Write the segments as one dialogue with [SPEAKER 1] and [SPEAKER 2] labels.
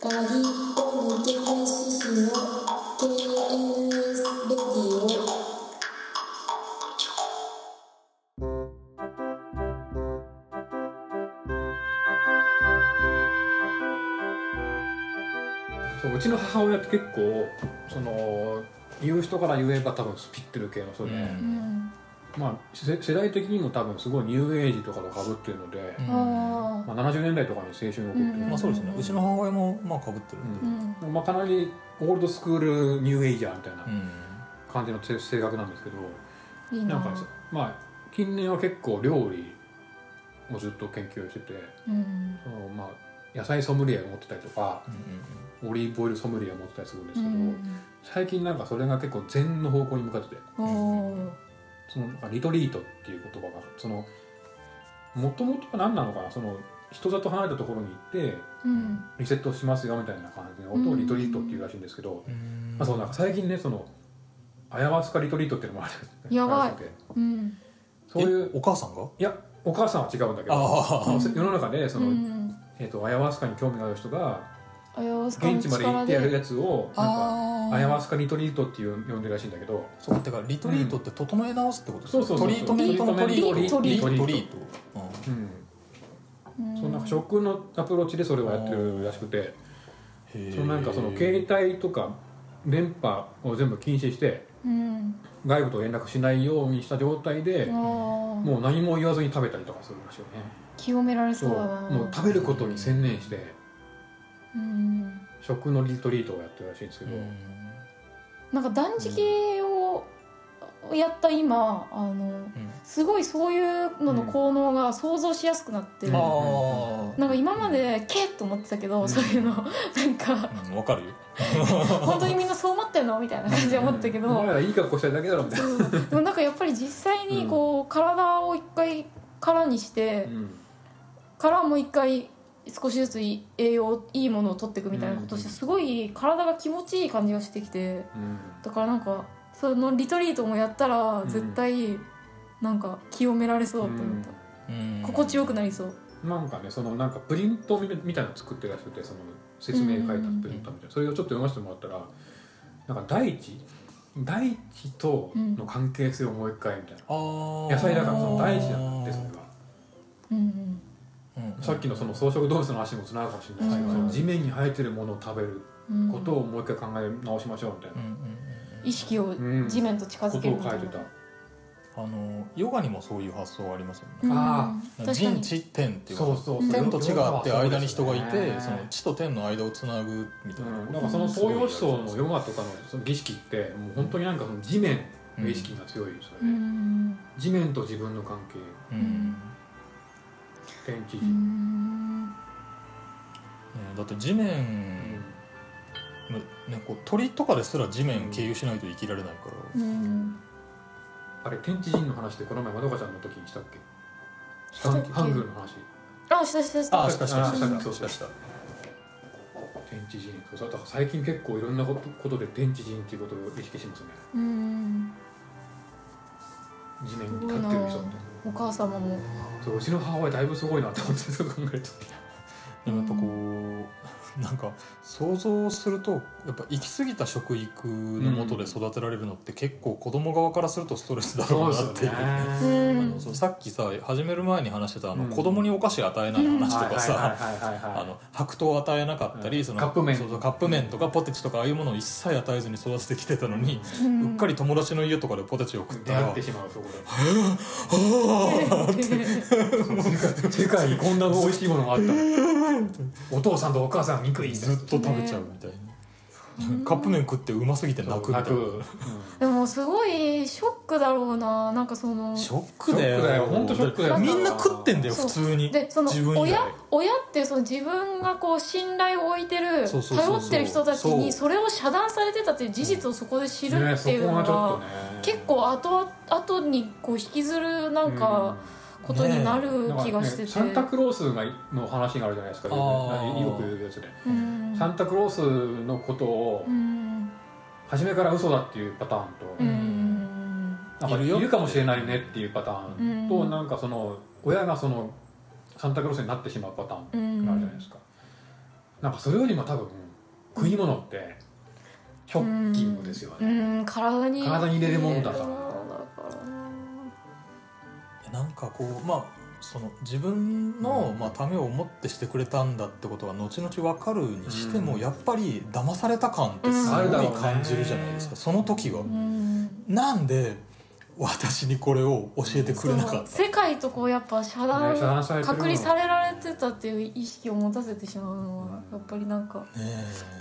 [SPEAKER 1] マリオ抜けた獅子の KNS レディオ
[SPEAKER 2] そううちの母親って結構その言う人から言えば多分スピってる系の人で、
[SPEAKER 3] うん
[SPEAKER 2] まあ、世世代的にも多分すごいニューエイジとかとかぶってるので、
[SPEAKER 3] あ
[SPEAKER 2] まあ、70年代とかに青春を送ってる、
[SPEAKER 3] うん
[SPEAKER 4] まあそうですねうちの母親もまあかぶってるん
[SPEAKER 3] ーう
[SPEAKER 4] で
[SPEAKER 3] ん
[SPEAKER 2] まあ、かなりオールドスクールニューエイジャーみたいな
[SPEAKER 4] うん
[SPEAKER 2] 感じの性性格なんですけど、
[SPEAKER 3] いいな
[SPEAKER 2] なんかさまあ近年は結構料理をずっと研究してて
[SPEAKER 3] うん
[SPEAKER 2] その、まあ、野菜ソムリエを持ってたりとか
[SPEAKER 4] うん
[SPEAKER 2] オリーブオイルソムリエを持ってたりするんです
[SPEAKER 3] う
[SPEAKER 2] けど、
[SPEAKER 3] ん
[SPEAKER 2] 最近なんかそれが結構禅の方向に向かってて
[SPEAKER 3] おー
[SPEAKER 2] そのなんかリトリートっていう言葉がそのもともとは何なのかなその人里離れたところに行って
[SPEAKER 3] うん
[SPEAKER 2] リセットしますよみたいな感じのことをリトリートっていうらしいんですけど、
[SPEAKER 4] うん
[SPEAKER 2] まあ、そうなんか最近ねそのアヤワスカリトリートっていうのもある
[SPEAKER 3] やばい
[SPEAKER 2] らしくて
[SPEAKER 3] うん
[SPEAKER 2] そういう
[SPEAKER 4] えお母さんが
[SPEAKER 2] いやお母さんは違うんだけど
[SPEAKER 4] あ
[SPEAKER 2] その世の中でその、
[SPEAKER 3] うん
[SPEAKER 2] えー、とアヤワスカに興味のある人が
[SPEAKER 3] あやわすかの
[SPEAKER 2] 現地まで行
[SPEAKER 3] 力
[SPEAKER 2] ってやる
[SPEAKER 3] で
[SPEAKER 2] やつをなん
[SPEAKER 4] あ
[SPEAKER 2] かアヤワスカリトリートっていう呼んでるらしいんだけど
[SPEAKER 4] そうてかリトリートって整え直すってことですか
[SPEAKER 2] そうそうそう
[SPEAKER 4] トリートメントのトリ
[SPEAKER 2] リ
[SPEAKER 4] ー
[SPEAKER 2] ト
[SPEAKER 4] ト
[SPEAKER 2] リ
[SPEAKER 4] リ
[SPEAKER 2] ート
[SPEAKER 4] ートリート
[SPEAKER 2] うん
[SPEAKER 3] うん
[SPEAKER 2] そのなんか食のアプローチでそれをやってるらしくて
[SPEAKER 4] うんへー
[SPEAKER 2] そのなんかその携帯とか電波を全部禁止して
[SPEAKER 3] うん
[SPEAKER 2] 外部と連絡しないようにした状態で
[SPEAKER 3] も
[SPEAKER 2] もう何も言わずに食べたりとかするらしいよね
[SPEAKER 3] 清められそうだな
[SPEAKER 2] もう食べることに専念して
[SPEAKER 3] うん
[SPEAKER 2] 食のリトリートをやってるらしいんですけ
[SPEAKER 4] う
[SPEAKER 2] ど、
[SPEAKER 4] ん
[SPEAKER 3] なんか断食をやった今あ
[SPEAKER 4] う
[SPEAKER 3] の
[SPEAKER 4] ん
[SPEAKER 3] すごいそういうのの効能が想像しやすくなって
[SPEAKER 2] うん
[SPEAKER 3] な
[SPEAKER 4] あ
[SPEAKER 3] んか今までけっと思ってたけ
[SPEAKER 2] う
[SPEAKER 3] ど
[SPEAKER 2] ん
[SPEAKER 3] そういうのなんか
[SPEAKER 4] あわかるよ
[SPEAKER 3] 本当にみんなそう思ってるのみたいな感じで思ったけ
[SPEAKER 2] お前
[SPEAKER 3] ど
[SPEAKER 2] らいい格好してるだけだろみたいな、
[SPEAKER 3] そうでもなんかやっぱり実際にこう体を一回空にして
[SPEAKER 2] うん
[SPEAKER 3] からもう一回少しずつい栄養いいものを取っていくみたいなことをして
[SPEAKER 2] うん
[SPEAKER 3] すごい体が気持ちいい感じがしてきてだからなんかそのリトリートもやったら
[SPEAKER 2] うん
[SPEAKER 3] 絶対なんか清められそうと思った、
[SPEAKER 4] うん
[SPEAKER 3] 心地よくなりそう
[SPEAKER 2] なんかねそのなんかプリントみみたいなの作ってらしくてその説明書いたプリントみたいなそれをちょっと読ませてもらったらなんか大地大地との関係性をもう一回みたいな、
[SPEAKER 4] あー
[SPEAKER 2] 野菜だからその大地なんだってそれが
[SPEAKER 3] う
[SPEAKER 4] う
[SPEAKER 3] ん
[SPEAKER 4] ん
[SPEAKER 2] さっきのその草食動物の話にもつながるかもしれないですけど、
[SPEAKER 3] うん
[SPEAKER 2] その地面に生えてるものを食べる
[SPEAKER 3] うんうん
[SPEAKER 2] ことをもう一回考え直しましょうみたい
[SPEAKER 4] うん
[SPEAKER 2] な
[SPEAKER 4] うんうん
[SPEAKER 3] 意識を
[SPEAKER 2] うん
[SPEAKER 3] 地面と近
[SPEAKER 2] こ
[SPEAKER 3] づけ
[SPEAKER 2] と
[SPEAKER 3] る
[SPEAKER 2] を
[SPEAKER 3] み
[SPEAKER 2] 書
[SPEAKER 3] た
[SPEAKER 2] い
[SPEAKER 3] い
[SPEAKER 2] て
[SPEAKER 3] な
[SPEAKER 2] た、
[SPEAKER 4] あのヨガにもそういう発想がありますよね
[SPEAKER 3] うん
[SPEAKER 2] あ
[SPEAKER 3] 確か
[SPEAKER 4] 人
[SPEAKER 3] に
[SPEAKER 4] 地天っていうか
[SPEAKER 2] そうそうそう
[SPEAKER 4] 天と地があって
[SPEAKER 2] ヨガはそうですね
[SPEAKER 4] 間に人がいてその地と天の間をつなぐみたいな、
[SPEAKER 2] うん、なんかその東洋思想のヨガとかのその儀式ってもう本当になんかその地面の意識が強いですよね、
[SPEAKER 3] うん
[SPEAKER 2] 地面と自分の関係
[SPEAKER 4] うん
[SPEAKER 2] 天地
[SPEAKER 3] う
[SPEAKER 2] 人、
[SPEAKER 3] ん
[SPEAKER 4] ねだって地面、ね、こう鳥とかですら地面経由しないと生きられないから、
[SPEAKER 3] うん
[SPEAKER 2] あれ天地人の話でこの前まどかちゃんの時にしたっけ
[SPEAKER 3] したっけ
[SPEAKER 2] ハングルの話
[SPEAKER 3] あしたしたした
[SPEAKER 4] あしたしたしたした
[SPEAKER 2] そうそうした天地人そうだから最近結構いろんなことことで天地人っていうことを意識しますね
[SPEAKER 3] うん
[SPEAKER 2] 地面に立ってる人みたいな
[SPEAKER 3] お母様も
[SPEAKER 2] そううちの母親だいぶすごいなと思ってそう考えると
[SPEAKER 4] でもやっぱこうなんか想像するとやっぱ行き過ぎた食育のもとで育てられるのって結構子供側からするとストレスだろうなっていう。
[SPEAKER 3] う
[SPEAKER 4] あ
[SPEAKER 3] ん
[SPEAKER 4] のそうさっきさ始める前に話してたあの、
[SPEAKER 2] うん
[SPEAKER 4] 子供にお菓子与えない話とかさ、
[SPEAKER 2] はいはいはいはい
[SPEAKER 4] あの白桃を与えなかったり、
[SPEAKER 2] うん
[SPEAKER 4] その
[SPEAKER 2] カップ麺
[SPEAKER 4] そうそうカップ麺とかポテチとかああいうものを一切与えずに育ててきてたのに、う
[SPEAKER 3] う
[SPEAKER 4] っかり友達の家とかでポテチを食った
[SPEAKER 2] 出
[SPEAKER 4] ら
[SPEAKER 2] 会
[SPEAKER 4] あ
[SPEAKER 2] ってしまうところ
[SPEAKER 3] り
[SPEAKER 2] 世界にこんな美味しいものがあったお父さんとお母さん憎い
[SPEAKER 4] ずっと食べちゃうみたいな、カップ麺食ってうますぎて泣くみたいな
[SPEAKER 2] 泣く
[SPEAKER 3] でもすごいショックだろうななんかその
[SPEAKER 4] ショックだよ
[SPEAKER 2] ショックだよほんとショックだよ
[SPEAKER 4] みんな食ってんだよ
[SPEAKER 3] そう
[SPEAKER 4] 普通に
[SPEAKER 3] でその
[SPEAKER 4] 自分以
[SPEAKER 3] 親
[SPEAKER 4] 外
[SPEAKER 3] 親ってその自分がこう信頼を置いてる
[SPEAKER 4] そうそうそうそう
[SPEAKER 3] 頼ってる人たちに
[SPEAKER 4] そ
[SPEAKER 3] それを遮断されてたっていう事実をそこで知る
[SPEAKER 2] ね
[SPEAKER 3] っていうの
[SPEAKER 2] そこは
[SPEAKER 3] が
[SPEAKER 2] ちょっとね
[SPEAKER 3] 結構後後にこう引きずるなんかことになる
[SPEAKER 2] うん
[SPEAKER 3] 気がしてて
[SPEAKER 2] なんかねサンタクロースがの話があるじゃないですか
[SPEAKER 4] あー
[SPEAKER 2] よく言うやつで、
[SPEAKER 3] うん
[SPEAKER 2] サンタクロースのことを
[SPEAKER 3] うん
[SPEAKER 2] 初めから嘘だっていうパターンと、
[SPEAKER 3] うん
[SPEAKER 2] なんか
[SPEAKER 4] いる
[SPEAKER 2] い
[SPEAKER 4] よ
[SPEAKER 2] るかもしれないねっていうパターンと、
[SPEAKER 3] うん
[SPEAKER 2] なんかその親がそのサンタクロースになってしまうパターンがあるじゃないですか、なんかそれよりも多分食い物ってショッキングですよ
[SPEAKER 3] う
[SPEAKER 2] ね、
[SPEAKER 3] ん体に
[SPEAKER 2] 体に入れるもんだから
[SPEAKER 3] 入れるもんだから
[SPEAKER 4] なんかこうまあその自分の、
[SPEAKER 2] うん
[SPEAKER 4] まあ、ためを思ってしてくれたんだってことが後々分かるにしても、
[SPEAKER 2] うん
[SPEAKER 4] やっぱり騙された感ってす
[SPEAKER 3] う
[SPEAKER 4] ご
[SPEAKER 3] んあるだ
[SPEAKER 2] ろ
[SPEAKER 4] いう
[SPEAKER 2] ね
[SPEAKER 4] 感じるじゃないですか、その時は。
[SPEAKER 3] うん
[SPEAKER 4] なんで私にこれを教えてくれなかっ
[SPEAKER 3] そう世界とこうやっぱ遮断,、
[SPEAKER 2] ね遮断されてる
[SPEAKER 3] 隔離されられてたっていう意識を持たせてしまうのは、
[SPEAKER 2] うん
[SPEAKER 3] やっぱりなんか
[SPEAKER 4] た、ね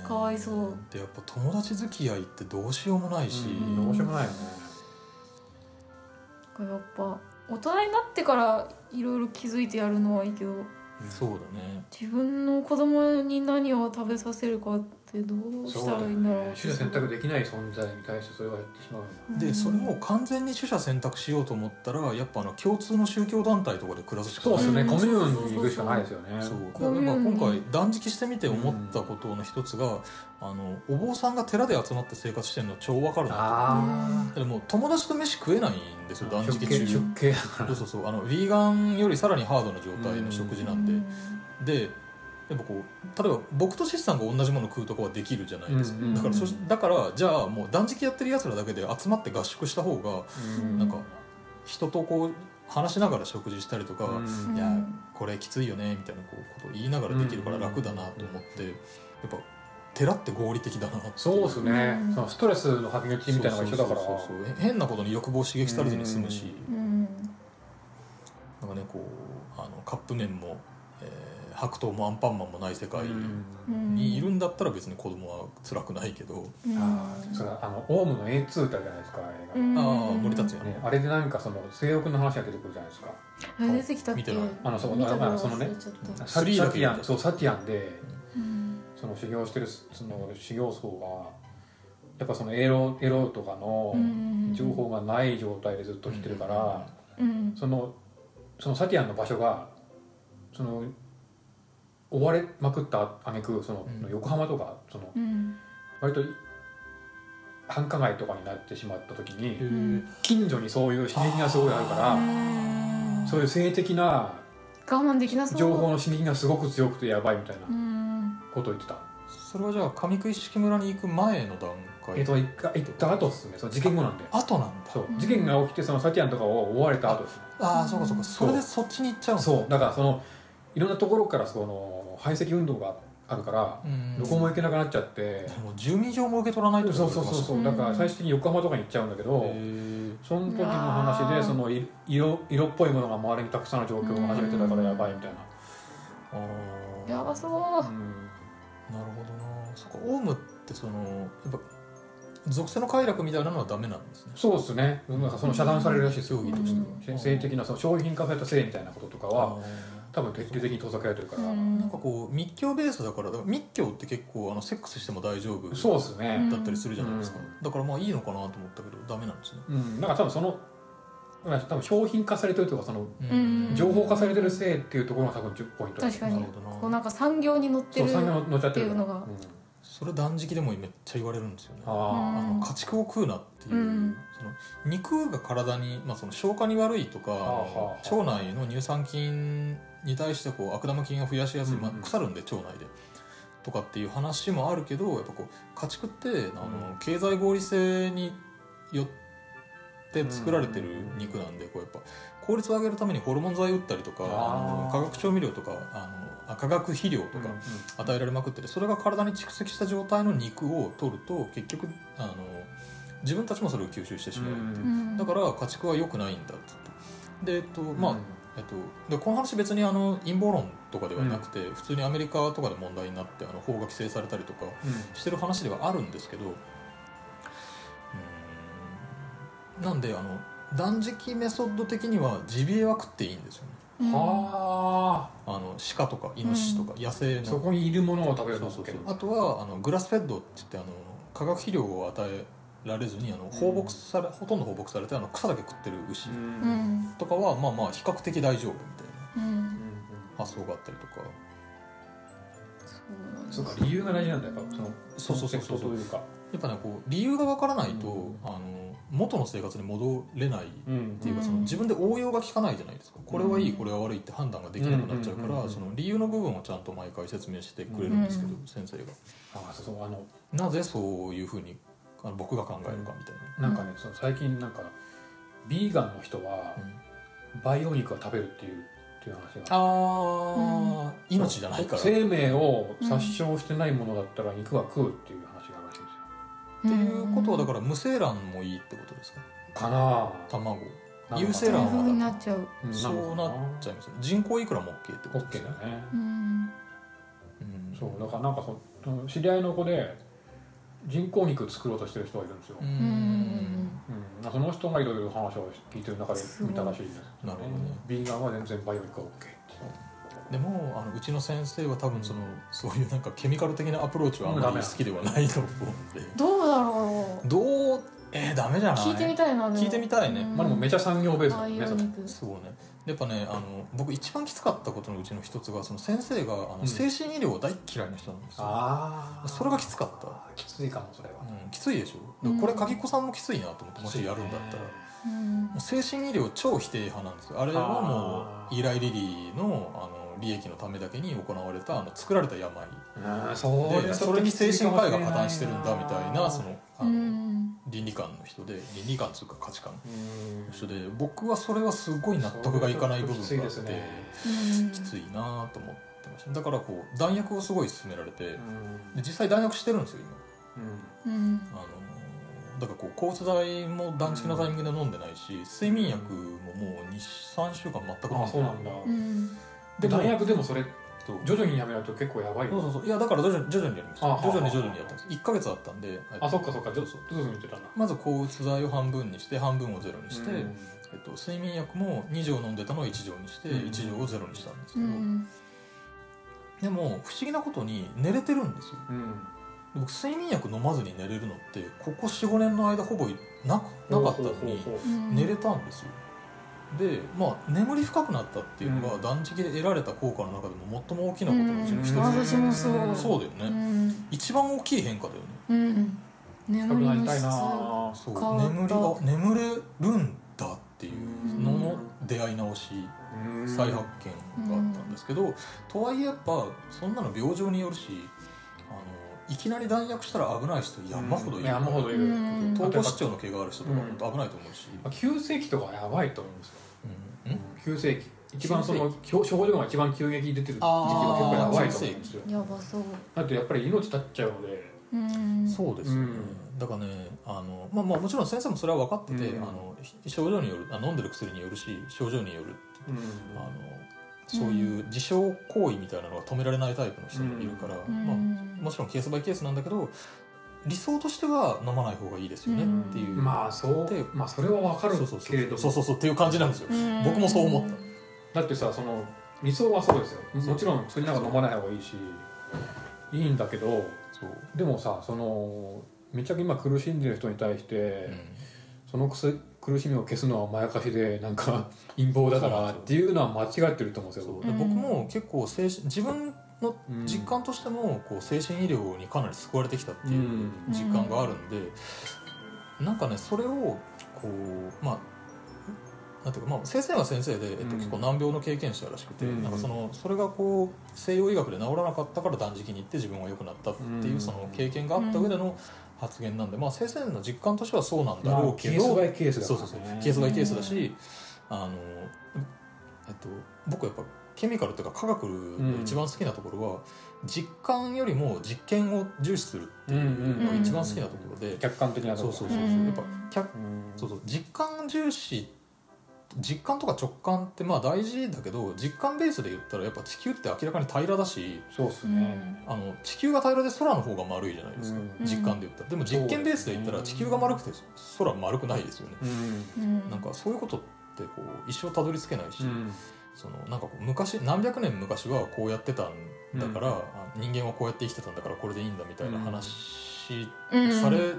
[SPEAKER 4] え
[SPEAKER 3] かわいそう
[SPEAKER 4] でやっぱ友達付き合いってどうしようもないし、
[SPEAKER 2] うんどうしようもないよね
[SPEAKER 3] やっぱ大人になってからいろいろ気づいてやるのはいいけど
[SPEAKER 4] そうだね
[SPEAKER 3] 自分の子供に何を食べさせるかってどうしたらいいんだろう
[SPEAKER 2] 主選択できない存在に対してそれはやってしまうよね
[SPEAKER 4] でそれを完全に取捨選択しようと思ったらやっぱあの共通の宗教団体とかで暮らすしか
[SPEAKER 2] そう
[SPEAKER 4] ない
[SPEAKER 2] ですよね、
[SPEAKER 3] うん
[SPEAKER 2] コミューンに行くしかないですよね
[SPEAKER 4] そう
[SPEAKER 3] こういう
[SPEAKER 4] まあ
[SPEAKER 3] の
[SPEAKER 4] 今回断食してみて思ったことの一つが、あのお坊さんが寺で集まって生活してるの超わかるな
[SPEAKER 2] あ
[SPEAKER 4] でも友達と飯食えないんですよ
[SPEAKER 2] あ
[SPEAKER 4] 断
[SPEAKER 2] 出
[SPEAKER 4] 食
[SPEAKER 2] 家
[SPEAKER 4] 中
[SPEAKER 2] 出家だか
[SPEAKER 4] そうそうそうあのヴィーガンよりさらにハードな状態の食事なんで、でやっぱこう例えば僕とシスさんが同じもの食うとこはできるじゃないですか、
[SPEAKER 2] うんうんうん
[SPEAKER 4] だからそしだからじゃあもう断食やってるやつらだけで集まって合宿した方が
[SPEAKER 2] ら
[SPEAKER 3] うん
[SPEAKER 4] なんか人とこう話しながら食事したりとか、
[SPEAKER 2] うん
[SPEAKER 4] いや
[SPEAKER 3] うん
[SPEAKER 4] これきついよねみたいなこうことを言いながらできるから楽だなと思って、やっぱ寺って合理的だなってい
[SPEAKER 2] そうですね、
[SPEAKER 3] うん
[SPEAKER 2] そのストレスの吐き口みたいなのが一緒だから
[SPEAKER 4] そうそうそうそう変なことに欲望を刺激されずに済むし、
[SPEAKER 3] うん
[SPEAKER 4] なんかねこうあのカップ麺も、えー白桃もアンパンマンもない世界
[SPEAKER 2] うん
[SPEAKER 3] うん
[SPEAKER 4] にいるんだったら別に子供は辛くないけど、
[SPEAKER 3] うん
[SPEAKER 2] あーそれあのオウムの A2 ってあるじゃないですか映
[SPEAKER 3] うん
[SPEAKER 4] ああ森達也
[SPEAKER 2] 画、
[SPEAKER 4] の、
[SPEAKER 2] ね、あれでなんかその性欲の話が出てくるじゃないですか
[SPEAKER 3] え出てきたっ
[SPEAKER 4] 見て
[SPEAKER 3] け
[SPEAKER 4] ない
[SPEAKER 2] あのそう
[SPEAKER 3] 見たけど
[SPEAKER 2] あそのね
[SPEAKER 3] 忘れちゃった
[SPEAKER 2] サ
[SPEAKER 4] 3
[SPEAKER 2] サ
[SPEAKER 4] だ
[SPEAKER 2] テ
[SPEAKER 4] け
[SPEAKER 2] ィアンそうサティアンで
[SPEAKER 3] うん
[SPEAKER 2] その修行してるその修行僧がやっぱそのエロエロとかの
[SPEAKER 3] うん
[SPEAKER 2] 情報がない状態でずっと来てるから、
[SPEAKER 3] うん
[SPEAKER 2] そのそのサティアンの場所がその追われまくった挙句その
[SPEAKER 4] うん
[SPEAKER 2] 横浜とかその
[SPEAKER 3] うん
[SPEAKER 2] 割と繁華街とかになってしまった時
[SPEAKER 4] へ
[SPEAKER 2] に
[SPEAKER 4] ー
[SPEAKER 2] 近所にそういう刺激がすごいあるか
[SPEAKER 3] うん
[SPEAKER 2] らそういう性的な
[SPEAKER 3] 我慢できなそう
[SPEAKER 2] 情報の刺激がすごく強くてやばいみたいな
[SPEAKER 3] うん
[SPEAKER 2] ことを言ってた、
[SPEAKER 4] それはじゃあ上九一式村に行く前の段階
[SPEAKER 2] えっと一回行った後ですねその事件後なんで
[SPEAKER 4] 後なんだ
[SPEAKER 2] そう
[SPEAKER 3] うん
[SPEAKER 2] 事件が起きてそのサティアンとかを追われた後ですね
[SPEAKER 4] ああそうかそうかそれでそっちに行っちゃうの
[SPEAKER 2] そうだからそのいろんなところからその排斥運動があるから
[SPEAKER 4] うん
[SPEAKER 2] どこも行けなくなっちゃって
[SPEAKER 4] でも住民票も受け取らないと
[SPEAKER 2] そうそうそうそううんだから最終的に横浜とかに行っちゃうんだけど、
[SPEAKER 4] へ
[SPEAKER 2] その時の話
[SPEAKER 3] う
[SPEAKER 2] で
[SPEAKER 3] わー
[SPEAKER 2] そのい色色っぽいものが周りにたくさんの状況が初めてだからやばいみたいな、
[SPEAKER 4] あー
[SPEAKER 3] やばそう
[SPEAKER 2] うん
[SPEAKER 4] なるほどなそっかオウムってそのやっぱ属性の快楽みたいなのはダメなんですね
[SPEAKER 2] そうですねなんかその遮断されるらしいですよ、
[SPEAKER 4] 競
[SPEAKER 2] 競
[SPEAKER 4] 技
[SPEAKER 2] 技
[SPEAKER 4] として
[SPEAKER 2] と性的なその商品化された性みたいなこととかは
[SPEAKER 4] は
[SPEAKER 2] 多分徹底的に遠ざけられてるから、
[SPEAKER 3] うん
[SPEAKER 4] なんかこう密教ベースだからだから密教って結構あのセックスしても大丈夫
[SPEAKER 2] そうですね
[SPEAKER 4] だったりするじゃないですか、
[SPEAKER 2] うん
[SPEAKER 4] だからまあいいのかなと思ったけどダメなんですね、
[SPEAKER 2] うん、なんか多分その多分商品化されてるとかその
[SPEAKER 3] うん
[SPEAKER 2] 情報化されてる性っていうところが多分10ポイント
[SPEAKER 3] 確か
[SPEAKER 4] な
[SPEAKER 3] に
[SPEAKER 4] るほどな
[SPEAKER 3] こうなんか産業に乗って
[SPEAKER 2] そう
[SPEAKER 3] る
[SPEAKER 2] 産業のっちゃってるから
[SPEAKER 3] っていうのが
[SPEAKER 2] ん
[SPEAKER 4] それ断食でもめっちゃ言われるんですよね
[SPEAKER 2] あ
[SPEAKER 4] あの家畜を食うなっていう、
[SPEAKER 3] うん
[SPEAKER 4] その肉が体に、まあ、その消化に悪いとか、
[SPEAKER 2] あはあ
[SPEAKER 4] 腸内の乳酸菌に対してこう悪玉菌を増やしやすい、まあ
[SPEAKER 2] うんうん
[SPEAKER 4] 腐るんで腸内でとかっていう話もあるけどやっぱこう家畜ってあの、
[SPEAKER 2] うん
[SPEAKER 4] 経済合理性によって作られてる肉なんで、こうやっぱ効率を上げるためにホルモン剤打ったりとか
[SPEAKER 2] あー
[SPEAKER 4] あの化学調味料とかあのあ化学肥料と
[SPEAKER 2] あ、うん
[SPEAKER 4] か、
[SPEAKER 2] うん
[SPEAKER 4] 与えられまくっててそれが体に蓄積した状態の肉を取ると結局あの自分たちもそれを吸収してしまう、
[SPEAKER 3] うん
[SPEAKER 4] だから家畜は良くないんだっつってでえっとまあ、えっと、でこの話別にあの陰謀論とかではなくて、普通にアメリカとかで問題になってあの法が規制されたりとか
[SPEAKER 2] う
[SPEAKER 4] してる話ではあるんですけどうーんなんであの断食メソッド的にはジビエは食っていいんですよね
[SPEAKER 3] うん
[SPEAKER 2] ん、はあ
[SPEAKER 4] あの鹿とかイノシシとか野生の、
[SPEAKER 2] そこにいるものを食べる
[SPEAKER 4] そ
[SPEAKER 2] の
[SPEAKER 4] う
[SPEAKER 2] も
[SPEAKER 4] そう
[SPEAKER 2] OK
[SPEAKER 4] そうあとはあのグラスフェッドって言ってあの化学肥料を与えられずにあの放牧され、ほとんど放牧されてあの草だけ食ってる牛
[SPEAKER 2] うん
[SPEAKER 3] う
[SPEAKER 2] うん
[SPEAKER 3] ん
[SPEAKER 4] とかは、まあまあ比較的大丈夫みたいな
[SPEAKER 3] うん
[SPEAKER 2] うん
[SPEAKER 4] 発想があったりとか
[SPEAKER 2] そ
[SPEAKER 3] そ
[SPEAKER 2] うか理由が大事なんだやっぱその
[SPEAKER 4] そうそうそうそう
[SPEAKER 2] コンセプトというか
[SPEAKER 4] やっぱねこう理由がわからないと、
[SPEAKER 2] うん
[SPEAKER 4] あの元の生活に戻れないっ
[SPEAKER 2] うん
[SPEAKER 4] ていうか、その
[SPEAKER 3] うん
[SPEAKER 4] 自分で応用が効かないじゃないですかこれはいいこれは悪いって判断ができなくなっちゃうか
[SPEAKER 2] うんうんうんう
[SPEAKER 4] ら
[SPEAKER 2] ん
[SPEAKER 4] その理由の部分をちゃんと毎回説明してくれるんですけど、
[SPEAKER 3] うん
[SPEAKER 4] 先生が
[SPEAKER 2] ああそうそうあの
[SPEAKER 4] なぜそういうふうにあの僕が考えるかみたい
[SPEAKER 2] なんかねその最近なんかビーガンの人は
[SPEAKER 4] な、
[SPEAKER 2] 培養肉を食べるっていうっていう話があっ
[SPEAKER 4] ああ、
[SPEAKER 2] て
[SPEAKER 4] 命じゃないから
[SPEAKER 2] 生命を殺傷してないものだったら肉は食うっていう話があるらしいんですよ
[SPEAKER 4] っていうことはだからら無精卵もいいってことですか
[SPEAKER 2] かな
[SPEAKER 4] 卵
[SPEAKER 2] あ
[SPEAKER 4] 有精
[SPEAKER 3] そうい
[SPEAKER 4] 卵
[SPEAKER 3] う
[SPEAKER 4] は
[SPEAKER 3] 風になっちゃう、
[SPEAKER 2] ん
[SPEAKER 4] そうなっちゃいますよね人口いくらも OK って
[SPEAKER 2] オ
[SPEAKER 4] こと
[SPEAKER 2] ッ
[SPEAKER 4] で
[SPEAKER 2] ケ
[SPEAKER 4] す
[SPEAKER 2] ー
[SPEAKER 4] よ
[SPEAKER 2] だね
[SPEAKER 3] うん
[SPEAKER 4] うん
[SPEAKER 2] そうだからなんかその知り合いの子で人工肉作ろうとしてる人がいるんですよ、
[SPEAKER 4] う
[SPEAKER 3] うんん
[SPEAKER 2] うんまあその人がいろいろ話を聞いてる中で見たらしいです
[SPEAKER 4] なるほどね
[SPEAKER 2] ビーガンは全然バイオリックは OK って
[SPEAKER 4] でもあのうちの先生は多分そのそういうなんかケミカル的なアプローチはあん
[SPEAKER 2] うんダ
[SPEAKER 4] ま
[SPEAKER 2] メ
[SPEAKER 4] り
[SPEAKER 2] だ
[SPEAKER 4] 好きではないと思うんで
[SPEAKER 3] どうだろう
[SPEAKER 4] どうえー、ダメじゃない
[SPEAKER 3] 聞いてみたいなでも
[SPEAKER 4] 聞いてみたいね
[SPEAKER 3] うん
[SPEAKER 2] まあでもめちゃ産業ベースだも
[SPEAKER 3] ああ
[SPEAKER 2] ん
[SPEAKER 3] い
[SPEAKER 2] ねそうれ
[SPEAKER 3] 肉
[SPEAKER 4] そうねやっぱねあの僕一番きつかったことのうちの一つがその先生があの、
[SPEAKER 2] うん
[SPEAKER 4] 精神医療大っ嫌いな人なんですよ、
[SPEAKER 2] あー
[SPEAKER 4] それがきつかった
[SPEAKER 2] きついかもそれは
[SPEAKER 4] うん、きついでしょだからこれ
[SPEAKER 3] うん
[SPEAKER 4] 鍵子さんもきついなと思ってもしやるんだったら、
[SPEAKER 3] うん
[SPEAKER 4] もう精神医療超否定派なんですよあれは
[SPEAKER 2] あ
[SPEAKER 4] もう
[SPEAKER 2] ー
[SPEAKER 4] イライリリーのあの利益のためだけに行われたあの作られた病
[SPEAKER 2] うんそ
[SPEAKER 4] で
[SPEAKER 2] れ
[SPEAKER 4] それに精神科医が加担してるんだみたいなそのあ
[SPEAKER 3] う
[SPEAKER 4] の、
[SPEAKER 3] ん
[SPEAKER 4] 倫理観の人で倫理観というか価値観の
[SPEAKER 2] うん
[SPEAKER 4] 人で僕はそれはすごい納得がいかない部分があって
[SPEAKER 2] そ
[SPEAKER 4] き
[SPEAKER 2] れ
[SPEAKER 4] つ
[SPEAKER 2] はち
[SPEAKER 4] い,、
[SPEAKER 2] ょっときついですね
[SPEAKER 4] なと思ってましただからこう弾薬をすごい勧められてで
[SPEAKER 2] うん
[SPEAKER 4] 実際弾薬してるんですよ今
[SPEAKER 2] うん
[SPEAKER 3] うん
[SPEAKER 4] あのだからこう抗うつ剤も断食のタイミングで飲んでないし睡眠薬ももう23週間全く飲んでない
[SPEAKER 2] あそうなんだ
[SPEAKER 3] うん
[SPEAKER 2] で
[SPEAKER 4] でも
[SPEAKER 2] 大学でもそれ
[SPEAKER 4] そう
[SPEAKER 2] 徐々にやめないと結構やばいよ
[SPEAKER 4] そうそうそういやだから徐々に徐々にやりました
[SPEAKER 2] あ
[SPEAKER 4] 徐々に
[SPEAKER 2] はあ
[SPEAKER 4] 徐々にやったんです1か月あったんでえっと
[SPEAKER 2] あそっかそっか徐
[SPEAKER 4] そ
[SPEAKER 2] 々
[SPEAKER 4] うそう
[SPEAKER 2] 徐々に言ってたんだ
[SPEAKER 4] まず抗うつ剤を半分にして半分をゼロにして、
[SPEAKER 2] うん
[SPEAKER 4] えっと、睡眠薬も2錠飲んでたのを1錠にして
[SPEAKER 2] うん
[SPEAKER 4] 1錠をゼロにしたんですけ
[SPEAKER 3] う
[SPEAKER 4] ど、
[SPEAKER 3] ん
[SPEAKER 4] でも不思議なことに寝れてるんですよ
[SPEAKER 2] うん
[SPEAKER 4] 僕睡眠薬飲まずに寝れるのってここ45年の間ほぼなくなかったの
[SPEAKER 2] ほう
[SPEAKER 4] に
[SPEAKER 2] ほうほうほ
[SPEAKER 3] うん
[SPEAKER 4] 寝れたんですよでまあ眠り深くなったっていうのが
[SPEAKER 2] うん
[SPEAKER 4] 断食で得られた効果の中でも最も大きなことのうちの一つ、
[SPEAKER 2] うん
[SPEAKER 3] 私もそう
[SPEAKER 4] そうだよ
[SPEAKER 3] う
[SPEAKER 4] ね、
[SPEAKER 3] ん
[SPEAKER 4] 一番大きい変化だよね
[SPEAKER 3] うん
[SPEAKER 2] 深
[SPEAKER 3] 眠
[SPEAKER 2] く
[SPEAKER 3] り
[SPEAKER 2] なり
[SPEAKER 3] の
[SPEAKER 2] たい
[SPEAKER 3] 質
[SPEAKER 2] な
[SPEAKER 4] そう
[SPEAKER 3] 変わ
[SPEAKER 4] 眠りが
[SPEAKER 3] っ
[SPEAKER 4] 眠れるんだっていうのの出会い直し
[SPEAKER 2] うん
[SPEAKER 4] 再発見があったんですけど、とはいえやっぱそんなの病状によるしあのいきなり弾薬したら危ない人山ほどいる、
[SPEAKER 2] 山ほどいる、
[SPEAKER 3] うん
[SPEAKER 4] 統合失調の怪我ある人とか本当危ないと思うし、
[SPEAKER 2] まあ急性期とかはやばいと思うんですよ、
[SPEAKER 4] うん
[SPEAKER 2] 急性期一番その症状が一番急激に出てる時期は結構や
[SPEAKER 4] あー
[SPEAKER 2] ばいと思うんですよ
[SPEAKER 3] やばそう
[SPEAKER 2] だってやっぱり命絶っちゃうので
[SPEAKER 3] うん
[SPEAKER 4] そうですよね、
[SPEAKER 2] う
[SPEAKER 4] だからねあの、まあ、まあもちろん先生もそれは分かってて、
[SPEAKER 2] うん
[SPEAKER 4] あの症状によるあ飲んでる薬によるし症状による
[SPEAKER 2] うん
[SPEAKER 4] あのそういう自傷行為みたいなのが止められないタイプの人もいるから、
[SPEAKER 3] うん
[SPEAKER 4] まあ、もちろんケースバイケースなんだけど理想としては飲まない方がいいですよねっていう、
[SPEAKER 2] まあそう
[SPEAKER 4] で
[SPEAKER 2] まあそれはわかる
[SPEAKER 4] そうそう
[SPEAKER 2] けれども
[SPEAKER 4] そうそうそうっていう感じなんですよ、
[SPEAKER 3] うん
[SPEAKER 4] 僕もそう思った
[SPEAKER 2] だってさその理想はそうですよもちろん薬なんか飲まない方がいいしいいんだけど
[SPEAKER 4] そう、
[SPEAKER 2] でもさそのめちゃくちゃ今苦しんでる人に対して、その苦苦しみを消すのはまやかしでなんか陰謀だか
[SPEAKER 4] そうな
[SPEAKER 2] ら
[SPEAKER 4] んですよ
[SPEAKER 2] っていうのは間違ってると思うんです
[SPEAKER 4] そ
[SPEAKER 2] よ
[SPEAKER 4] うで
[SPEAKER 3] うん
[SPEAKER 4] 僕も結構精神自分の
[SPEAKER 2] うん
[SPEAKER 4] 実感としてもこう精神医療にかなり救われてきたっていう
[SPEAKER 3] うん
[SPEAKER 4] 実感があるんで、なんかねそれをこうまあなんていうかまあ、先生は先生で、えっ
[SPEAKER 2] うん
[SPEAKER 4] と、結構難病の経験者らしくて、
[SPEAKER 2] うん
[SPEAKER 4] なんかそのそれがこう西洋医学で治らなかったから断食に行って自分は良くなったっていう、
[SPEAKER 2] うん
[SPEAKER 4] その経験があった上での発言なんで、まあ、先生の実感としてはそうなんだろうけど、
[SPEAKER 2] まあケースバイケースだ
[SPEAKER 4] そう
[SPEAKER 2] か
[SPEAKER 4] そうそう
[SPEAKER 2] らね
[SPEAKER 4] ケースバイケースだし、あのえっと僕はやっぱケミカルというか科学の一番好きなところは、実感よりも実験を重視するっていうのが一番好きなところで、
[SPEAKER 2] 客観的なとこ
[SPEAKER 4] そう
[SPEAKER 2] ろ
[SPEAKER 4] そうそ
[SPEAKER 2] ね
[SPEAKER 4] うそう
[SPEAKER 3] うん
[SPEAKER 4] やっぱ客
[SPEAKER 2] うん
[SPEAKER 4] そうそう実感重視実感とか直感ってまあ大事だけど実感ベースで言ったらやっぱ地球って明らかに平らだし
[SPEAKER 2] そうっす
[SPEAKER 3] うん
[SPEAKER 2] ね
[SPEAKER 4] あの地球が平らで空の方が丸いじゃないですか、
[SPEAKER 2] うん
[SPEAKER 4] 実感で言ったらでも実験ベースで言ったら地球が丸くて空丸くないですよね
[SPEAKER 2] うん
[SPEAKER 3] うん
[SPEAKER 4] なんかそういうことってこう一生たどり着けないし、
[SPEAKER 2] うん
[SPEAKER 4] そのなんかこう昔何百年昔はこうやってたんだから、
[SPEAKER 2] うん
[SPEAKER 4] あ人間はこうやって生きてたんだからこれでいいんだみたいな話
[SPEAKER 3] うん
[SPEAKER 4] され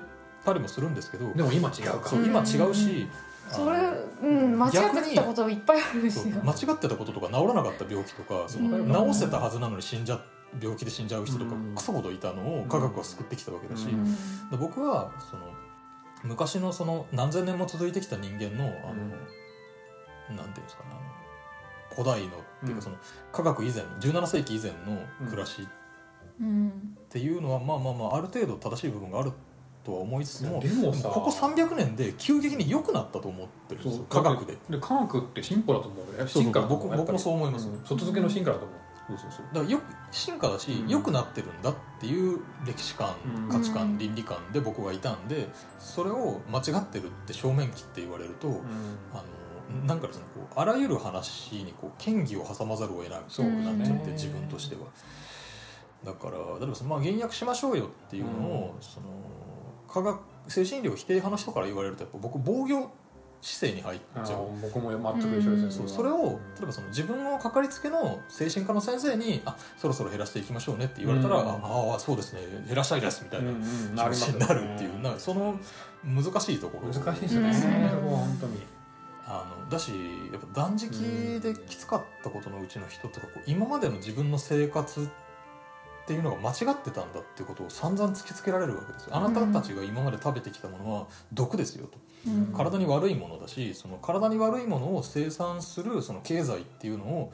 [SPEAKER 4] たりもするんですけど、
[SPEAKER 2] でも今違うか
[SPEAKER 4] そう
[SPEAKER 3] うん
[SPEAKER 4] 今違うし、あの
[SPEAKER 3] それうん間違ってた こといっぱいあるし
[SPEAKER 4] そう間違ってたこととか治らなかった病気とかその
[SPEAKER 3] うん
[SPEAKER 4] 治せたはずなのに死んじゃっ病気で死んじゃう人とか
[SPEAKER 2] うん
[SPEAKER 4] クソほどいたのを科学は救ってきたわけだし、
[SPEAKER 2] う
[SPEAKER 3] うんん
[SPEAKER 4] で僕はその昔のその何千年も続いてきた人間のあの、なんていうんですかねあの古代のって
[SPEAKER 2] う
[SPEAKER 4] いう
[SPEAKER 2] ん
[SPEAKER 4] かその科学以前の17世紀以前の暮らし
[SPEAKER 3] うん
[SPEAKER 4] っていうのはまあまあまあある程度正しい部分があるとは思いつつも
[SPEAKER 2] でもさ
[SPEAKER 4] ここ300年で急激に良くなったと思ってるんですよ科学で。
[SPEAKER 2] で科学って進歩だと思う俺
[SPEAKER 4] そうそう
[SPEAKER 2] 進化だと思
[SPEAKER 4] 僕僕もそう思います
[SPEAKER 2] ん外付けの進化だと思う
[SPEAKER 4] そうそうそうだからよく進化だし、
[SPEAKER 2] うん
[SPEAKER 4] 良くなってるんだっていう歴史観、
[SPEAKER 2] うん
[SPEAKER 4] 価値
[SPEAKER 3] う
[SPEAKER 4] 観
[SPEAKER 3] ん
[SPEAKER 4] 倫理観で僕がいたんでそれを間違ってるって正面切って言われると、あのなんかですねこうあらゆる話にこう権疑を挟まざるを得なく
[SPEAKER 2] そう
[SPEAKER 4] なっちゃって、
[SPEAKER 2] ね
[SPEAKER 4] 自分としては。だから例えばその、まあ、減薬しましょうよっていうのを、その科学精神医療否定派の人から言われるとやっぱ僕防御姿勢に入っ
[SPEAKER 2] あ
[SPEAKER 4] ちゃう
[SPEAKER 2] ー僕も全く一緒ですね
[SPEAKER 3] うん
[SPEAKER 4] そうそ
[SPEAKER 2] そ
[SPEAKER 4] れ
[SPEAKER 2] れは
[SPEAKER 4] を例えばその自分のかかりつけの精神科の先生に「あそろそろ減らしていきましょうね」って言われたら「
[SPEAKER 2] うん
[SPEAKER 4] ああそうですね減らしたいです」みたい
[SPEAKER 2] うん
[SPEAKER 4] な
[SPEAKER 2] うん
[SPEAKER 4] 気持ちにな
[SPEAKER 2] り
[SPEAKER 4] るっ
[SPEAKER 2] ま
[SPEAKER 4] て
[SPEAKER 2] す
[SPEAKER 4] い
[SPEAKER 2] よ
[SPEAKER 4] う、
[SPEAKER 2] ね
[SPEAKER 4] なんかその難しいところ
[SPEAKER 2] 難しいですね
[SPEAKER 3] うん
[SPEAKER 2] もう本当に
[SPEAKER 4] あのだしやっぱ断食できつかったことのうちの一つがこう今までの自分の生活っていうのが間違ってたんだってことを散々突きつけられるわけですよ。あなたたちが今まで食べてきたものは毒ですよと。
[SPEAKER 3] うん
[SPEAKER 4] 体に悪いものだしその体に悪いものを生産するその経済っていうのを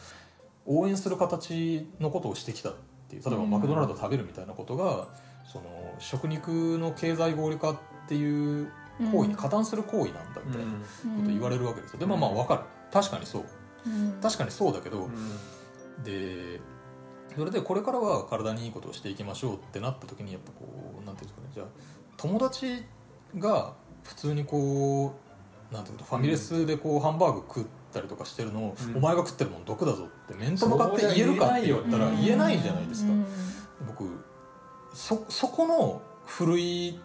[SPEAKER 4] 応援する形のことをしてきたっていう例えば
[SPEAKER 3] うん
[SPEAKER 4] マクドナルド食べるみたいなことが、その食肉の経済合理化っていう行為に加担する行為なんだみたいなこと言われるわけですよ。でまあまあわかる確かにそう
[SPEAKER 3] うん
[SPEAKER 4] 確かにそうだけど、
[SPEAKER 2] うん
[SPEAKER 4] でそれでこれからは体にいいことをしていきましょうってなった時にやっぱこうなんていうんですかねじゃあ友達が普通にこうなんていうのファミレスでこうハンバーグ食ったりとかしてるのを、
[SPEAKER 2] うん
[SPEAKER 4] お前が食ってるもん毒だぞって面と向かって言えるかって言ったら
[SPEAKER 2] そ
[SPEAKER 4] 言えないじゃないですか、
[SPEAKER 3] うん
[SPEAKER 4] 僕そそこのふるい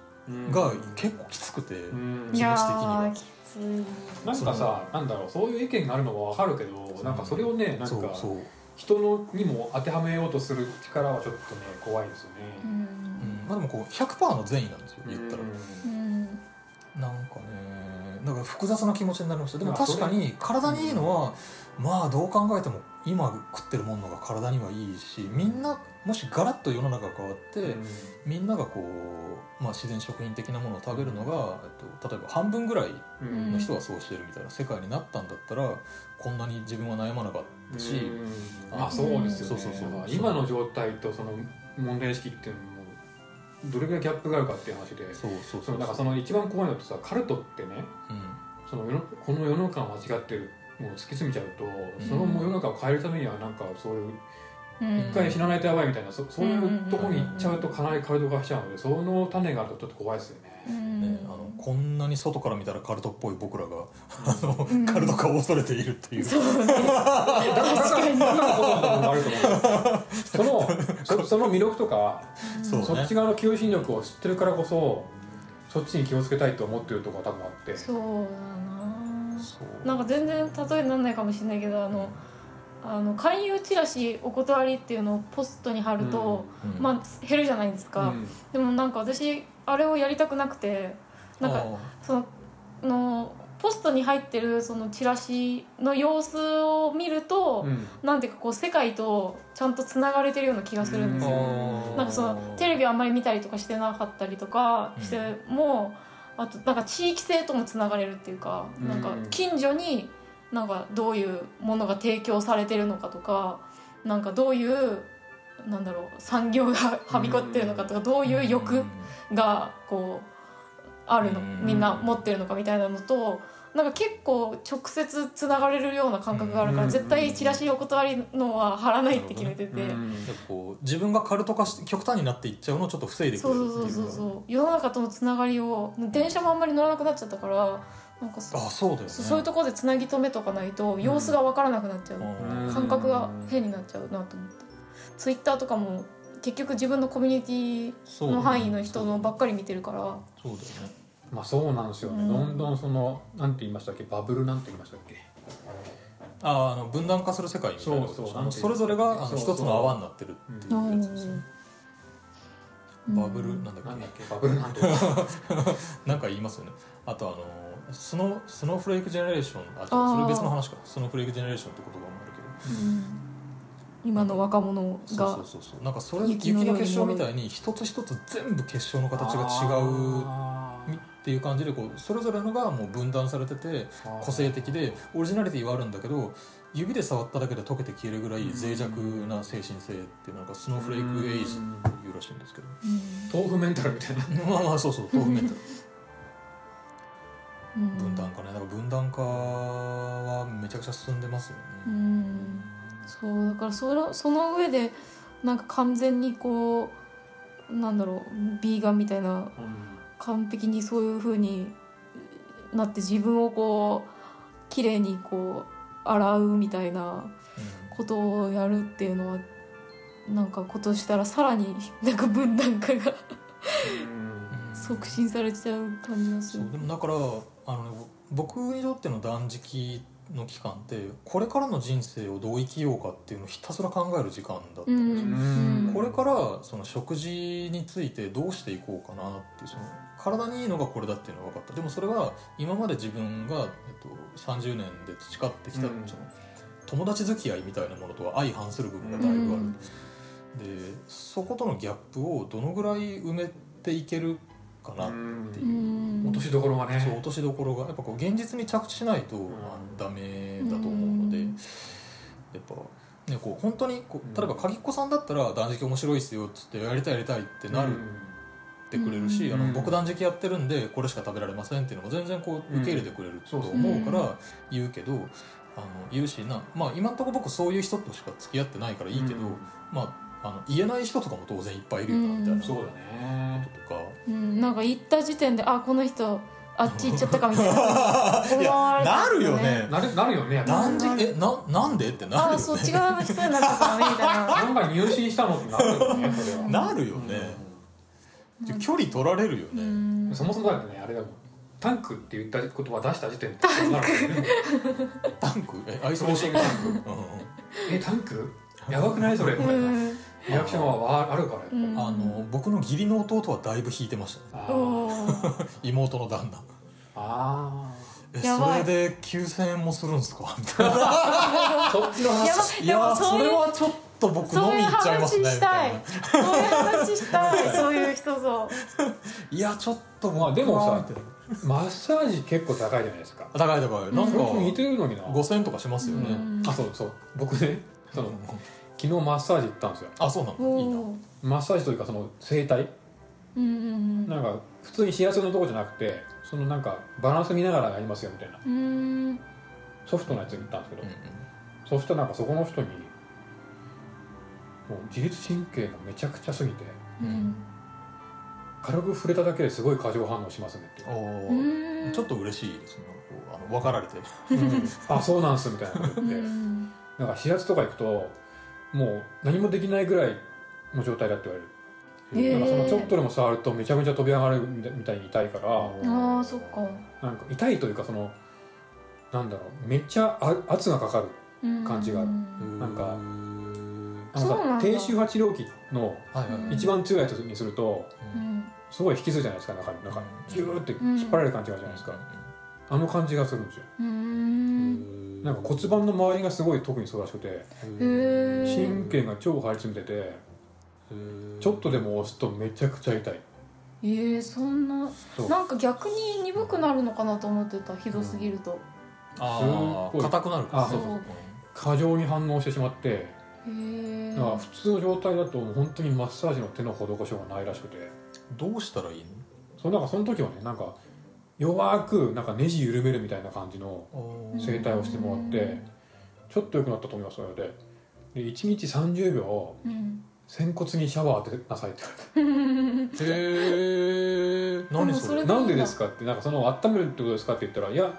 [SPEAKER 4] が結構きつくて、
[SPEAKER 2] うん
[SPEAKER 4] 気持
[SPEAKER 3] い
[SPEAKER 4] ち的に
[SPEAKER 3] や
[SPEAKER 4] は
[SPEAKER 3] ーきつい
[SPEAKER 2] なんかさなんだろうそういう意見があるのはわかるけどなんかそれをねなん
[SPEAKER 4] そう
[SPEAKER 2] か
[SPEAKER 4] そう、
[SPEAKER 2] 人のにも当てはめようとする力はちょっとね怖いですよ
[SPEAKER 3] う
[SPEAKER 2] ね
[SPEAKER 4] うんんまあ、でもこう100%の善意なんですよ言ったら。
[SPEAKER 2] う
[SPEAKER 3] うん
[SPEAKER 4] なんかねなんか複雑な気持ちになりましたでも
[SPEAKER 2] まあ
[SPEAKER 4] 確かに体にいいのは、まあどう考えても今食ってるものが体にはいいしみんなもしガラッと世の中が変わって、
[SPEAKER 2] ん
[SPEAKER 4] みんながこう、まあ、自然食品的なものを食べるのが、えっと、例えば半分ぐらい
[SPEAKER 2] うん
[SPEAKER 4] の人はそうしてるみたいな世界になったんだったらこんなに自分は悩まなかったし、
[SPEAKER 2] うんまあそうですよね
[SPEAKER 4] そうそうそう
[SPEAKER 2] だから今の状態とその問題意識っていうのもどれぐらいギャップがあるかっていう話で
[SPEAKER 4] そうそう
[SPEAKER 2] そ
[SPEAKER 4] そう
[SPEAKER 2] のなんかその一番怖いのってさカルトってね
[SPEAKER 4] うん
[SPEAKER 2] その世のこの世の中が間違ってるもう突き詰めちゃうとその世の中を変えるためにはなんかそういう
[SPEAKER 3] うん
[SPEAKER 2] 一回死なないとやばいみたいなそそういうとこに行っちゃうとかなりカルト化しちゃうのでその種があるとちょっと怖いですよ
[SPEAKER 3] う
[SPEAKER 2] ね。
[SPEAKER 3] ん
[SPEAKER 4] ね、あのこんなに外から見たらカルトっぽい僕らが、あの
[SPEAKER 3] うん
[SPEAKER 4] カルト化を恐れているってい う。
[SPEAKER 2] 確かにその そその魅力とか
[SPEAKER 4] そうね
[SPEAKER 2] そっち側の求心力を知ってるからこそそっちに気をつけたいと思ってるとこが多分あって
[SPEAKER 3] そうだな
[SPEAKER 4] そう
[SPEAKER 3] なんか全然例えにならないかもしれないけどあのあの勧誘チラシお断りっていうのをポストに貼ると、
[SPEAKER 4] うん
[SPEAKER 3] まあ減るじゃないですか、
[SPEAKER 2] うん
[SPEAKER 3] でもなんか私あれをやりたくなくてなん
[SPEAKER 4] あ
[SPEAKER 3] かそののポストに入ってるそのチラシの様子を見ると、
[SPEAKER 2] うん
[SPEAKER 3] なんていうかこう世界とちゃんとつながれてるような気がするんです
[SPEAKER 4] ー
[SPEAKER 3] よ、
[SPEAKER 2] う
[SPEAKER 3] なんかそのテレビあんまり見たりとかしてなかったりとかしても、あとなんか地域性ともつながれるっていうか、
[SPEAKER 2] うん
[SPEAKER 3] なんか近所になんかどういうものが提供されてるのかとかなんかどういうなんだろう産業がはびこってるのかとか、どういう欲がこうあるの、
[SPEAKER 4] うん
[SPEAKER 3] みんな持ってるのかみたいなのと。なんか結構直接つながれるような感覚がある
[SPEAKER 2] う
[SPEAKER 3] から
[SPEAKER 2] ん
[SPEAKER 3] 絶対チラシお断りのは貼らないって決めてて、
[SPEAKER 2] うん
[SPEAKER 4] やっぱこう自分がカルト化して極端になっていっちゃうのをちょっと防いでく
[SPEAKER 3] そ
[SPEAKER 4] れ
[SPEAKER 3] う
[SPEAKER 4] る
[SPEAKER 3] そうそう
[SPEAKER 4] って
[SPEAKER 3] そ
[SPEAKER 4] いうう
[SPEAKER 3] そ
[SPEAKER 4] か
[SPEAKER 3] う世の中とのつながりを電車もあんまり乗らなくなっちゃったからなんかそ
[SPEAKER 4] あそうだよね
[SPEAKER 3] そそういうところでつなぎ止めとかないと様子が分からなくなっちゃう、
[SPEAKER 4] うん
[SPEAKER 3] 感覚が変になっちゃうなと思ってツイッターとかも結局自分のコミュニテ
[SPEAKER 4] そ
[SPEAKER 3] ィ
[SPEAKER 4] うだよ
[SPEAKER 3] の
[SPEAKER 4] ね
[SPEAKER 3] 範囲の人のばっかり見てるから
[SPEAKER 4] そうだよね
[SPEAKER 2] まあそうなんですよね、
[SPEAKER 3] うん
[SPEAKER 2] どんどんそのなんて言いましたっけバブルなんて言いましたっけ
[SPEAKER 4] ああの分断化する世界みたいなこと
[SPEAKER 2] そうそう
[SPEAKER 4] あのそれぞれがあ
[SPEAKER 2] そ
[SPEAKER 4] の
[SPEAKER 2] うそう
[SPEAKER 4] 一つの泡になってるっていうやつですね
[SPEAKER 3] うん
[SPEAKER 4] バブルなんだっ
[SPEAKER 2] なんだ
[SPEAKER 4] け
[SPEAKER 2] っけバブルなんて言いましたっ
[SPEAKER 4] なんか言いますよねあとあのスノースノーフレークジェネレーションあ
[SPEAKER 3] あー
[SPEAKER 4] それ別の話かスノーフレークジェネレーションって言葉もあるけど
[SPEAKER 3] うん今の若者
[SPEAKER 4] そう
[SPEAKER 3] が
[SPEAKER 4] そうそうそうなんかそれ
[SPEAKER 3] 雪
[SPEAKER 4] 雪の
[SPEAKER 3] のように
[SPEAKER 4] 結晶みたいに一つ一つ全部結晶の形が違
[SPEAKER 2] あ
[SPEAKER 4] うみっていう感じでこうそれぞれのがもう分断されてて
[SPEAKER 2] ー
[SPEAKER 4] 個性的でオリジナリティはあるんだけど指で触っただけで溶けて消えるぐらい脆弱な精神性っていうなんかスノーフレークエイジっていうらしいんですけど
[SPEAKER 3] う
[SPEAKER 2] 豆腐メンタルみたいな
[SPEAKER 4] まあまあそうそう豆腐メンタル
[SPEAKER 3] んうん
[SPEAKER 4] 分断化ねだから分断化はめちゃくちゃ進んでますよ
[SPEAKER 3] う
[SPEAKER 4] ね、
[SPEAKER 3] んそうだからそのその上でなんか完全にこうなんだろうビーガンみたいな完璧にそういう風になって自分をこう綺麗にこう洗うみたいなことをやるっていうのはなんかことしたらさらになんか分断化が
[SPEAKER 4] うんうん
[SPEAKER 3] 促進されちゃう感じがす
[SPEAKER 4] そ
[SPEAKER 3] る
[SPEAKER 4] う。でもだからあのね僕にとっての断食の期間ってこれからの人生をどう生きようかっていうのをひたすら考える時間だった
[SPEAKER 3] うんん
[SPEAKER 4] ですよ、
[SPEAKER 2] うん
[SPEAKER 4] これからその食事についてどうしていこうかなっていうその体にいいのがこれだっていうのが分かったでもそれは今まで自分が、えっと、30年で培ってきた、
[SPEAKER 2] うん
[SPEAKER 4] その友達付き合いみたいなものとは相反する部分がだいぶある、
[SPEAKER 3] うん
[SPEAKER 4] でそことのギャップをどのぐらい埋めていけるかな、
[SPEAKER 2] うん
[SPEAKER 3] うん
[SPEAKER 2] 落としどころがね
[SPEAKER 4] そう落としどころがやっぱこう現実に着地しないと、
[SPEAKER 2] ん
[SPEAKER 4] あのダメだと思うので、
[SPEAKER 3] うん
[SPEAKER 4] やっぱ。ね、こう本当にこ
[SPEAKER 2] うん
[SPEAKER 4] う例えば鍵っ子さんだったら断食面白いっすよっつってやりたいやりたいってなるってくれるし、
[SPEAKER 2] うん
[SPEAKER 4] あ
[SPEAKER 2] うん
[SPEAKER 4] の僕断食やってるんでこれしか食べられませんっていうのも全然こう受け入れてくれると
[SPEAKER 2] うん
[SPEAKER 4] 思うか
[SPEAKER 3] そう
[SPEAKER 4] ら言うけど、あの言うしな、まあ、今んとこ僕そういう人としか付き合ってないからいいけど、
[SPEAKER 2] うん
[SPEAKER 4] まあ、あの言えない人とかも当然いっぱいいるよなみたいなこと
[SPEAKER 2] そうだね
[SPEAKER 4] とか。
[SPEAKER 3] うん、なんか行った時点であこの人あっち行っちゃったかみたいな
[SPEAKER 4] いや
[SPEAKER 3] 思わ
[SPEAKER 4] な
[SPEAKER 3] れ
[SPEAKER 4] る
[SPEAKER 3] て
[SPEAKER 4] よ
[SPEAKER 3] ま
[SPEAKER 4] ね
[SPEAKER 3] す
[SPEAKER 2] なるなるよねやっぱ
[SPEAKER 4] 断食えななんでってなるよ
[SPEAKER 3] あ
[SPEAKER 4] ね
[SPEAKER 3] そっち側の人になっちゃったねみたいな
[SPEAKER 2] なんか入信したのってなるよ ねそれは
[SPEAKER 4] なるよね、距離取られるよ
[SPEAKER 3] う
[SPEAKER 4] ね、
[SPEAKER 2] うんんそもそもだってねあれだもんタンクって言った言葉出した時点でそうなるよね
[SPEAKER 4] タンクえアイソレーションタンク、
[SPEAKER 2] えタンクやばくないそれみたいな
[SPEAKER 3] うん
[SPEAKER 2] リアクションはわあるからやっぱり
[SPEAKER 3] うん
[SPEAKER 4] あの僕の義理の弟はだいぶ引いてましたね
[SPEAKER 2] あー
[SPEAKER 3] おー
[SPEAKER 4] 妹の旦那
[SPEAKER 2] あ
[SPEAKER 4] え
[SPEAKER 3] やばい
[SPEAKER 4] それで9000円もするんですかみたいな
[SPEAKER 2] ーそっちの話
[SPEAKER 3] やば
[SPEAKER 4] い
[SPEAKER 3] で
[SPEAKER 4] や
[SPEAKER 3] も
[SPEAKER 4] ーそ
[SPEAKER 3] そういう
[SPEAKER 4] れはちょっと僕飲
[SPEAKER 3] そう
[SPEAKER 4] み
[SPEAKER 3] いう
[SPEAKER 4] 行っちゃいま
[SPEAKER 3] 話
[SPEAKER 4] すねみ
[SPEAKER 3] した
[SPEAKER 4] た
[SPEAKER 3] い
[SPEAKER 4] いな
[SPEAKER 3] そういう話したいそういう人ぞ
[SPEAKER 4] いやちょっと僕
[SPEAKER 2] まあでも
[SPEAKER 4] は
[SPEAKER 2] さ
[SPEAKER 4] みたいな
[SPEAKER 2] マッサージ結構高いじゃないですか
[SPEAKER 4] 高い高いなん
[SPEAKER 2] それと似
[SPEAKER 4] か
[SPEAKER 2] てるのにな
[SPEAKER 4] 5000円とかしますよね、
[SPEAKER 3] うん
[SPEAKER 2] あそうそう僕ねその昨日マッサージ行ったんですよ
[SPEAKER 4] あそうなのいいな
[SPEAKER 3] おー
[SPEAKER 2] マッサージというかその整体
[SPEAKER 3] うんうん
[SPEAKER 2] なんか普通に幸せのとこじゃなくてそのなんかバランス見ながらやりますよみたいな
[SPEAKER 3] うんうん
[SPEAKER 2] ソフトなやつ行ったんですけど、
[SPEAKER 4] うんうん
[SPEAKER 2] そしたらなんかそこの人にもう自律神経がめちゃくちゃすぎて
[SPEAKER 3] うん
[SPEAKER 2] 軽く触れただけですごい過剰反応しますねって、
[SPEAKER 4] お
[SPEAKER 3] う
[SPEAKER 4] ー
[SPEAKER 3] ん
[SPEAKER 4] ちょっと嬉しいですねなんかこうあの分かられて
[SPEAKER 2] あそうなんすみたいなこと
[SPEAKER 3] うん
[SPEAKER 2] 言
[SPEAKER 3] う
[SPEAKER 2] って
[SPEAKER 3] ん
[SPEAKER 2] なんか視圧とか行くともう何もできないぐらいの状態だって言われる、
[SPEAKER 3] へー
[SPEAKER 2] なんかそのちょっとでも触るとめちゃめちゃ飛び上がるみたいに痛いから
[SPEAKER 3] あーそっか
[SPEAKER 2] なんか痛いというかそのなんだろうめっちゃあ圧がかかる
[SPEAKER 3] うん
[SPEAKER 2] 感じがあるなんかあの
[SPEAKER 3] そうなん
[SPEAKER 2] さ
[SPEAKER 3] だ
[SPEAKER 2] 低周波治療器の
[SPEAKER 4] はいはい、
[SPEAKER 2] 一番強いやつにすると
[SPEAKER 3] うん
[SPEAKER 2] すごい引きずるじゃないですか中に中にギューって引っ張られる感じがあるじゃないですか、あの感じがするんですよ
[SPEAKER 3] うん
[SPEAKER 2] なんか骨盤の周りがすごい特にそうらしくて
[SPEAKER 3] へー
[SPEAKER 2] 神経が超張り詰めててちょっとでも押すとめちゃくちゃ痛い
[SPEAKER 3] えーそんな
[SPEAKER 2] そう
[SPEAKER 3] なんか逆に鈍くなるのかなと思ってたひどすぎると
[SPEAKER 4] あ
[SPEAKER 2] すっごい
[SPEAKER 4] あ硬くなるから
[SPEAKER 2] あそう
[SPEAKER 3] そうそう
[SPEAKER 2] 過剰に反応してしまって
[SPEAKER 3] へえ
[SPEAKER 2] だから普通の状態だともう本当にマッサージの手の施しようがないらしくて
[SPEAKER 4] どうしたらいい
[SPEAKER 2] そのなんかその時はねなんか弱くなんかネジ緩めるみたいな感じの
[SPEAKER 4] の
[SPEAKER 2] 整体をしてもらっ
[SPEAKER 3] う
[SPEAKER 2] て
[SPEAKER 3] ん
[SPEAKER 2] ちょっと良くなったと思いますのでで1日30秒
[SPEAKER 3] うん
[SPEAKER 2] 仙骨にシャワー当てなさいって言われて
[SPEAKER 4] へえ
[SPEAKER 3] でも
[SPEAKER 4] 何
[SPEAKER 3] そ
[SPEAKER 4] そ
[SPEAKER 3] れ
[SPEAKER 4] れ
[SPEAKER 2] なんでですかってなんかその温めるってことですかって言ったらいや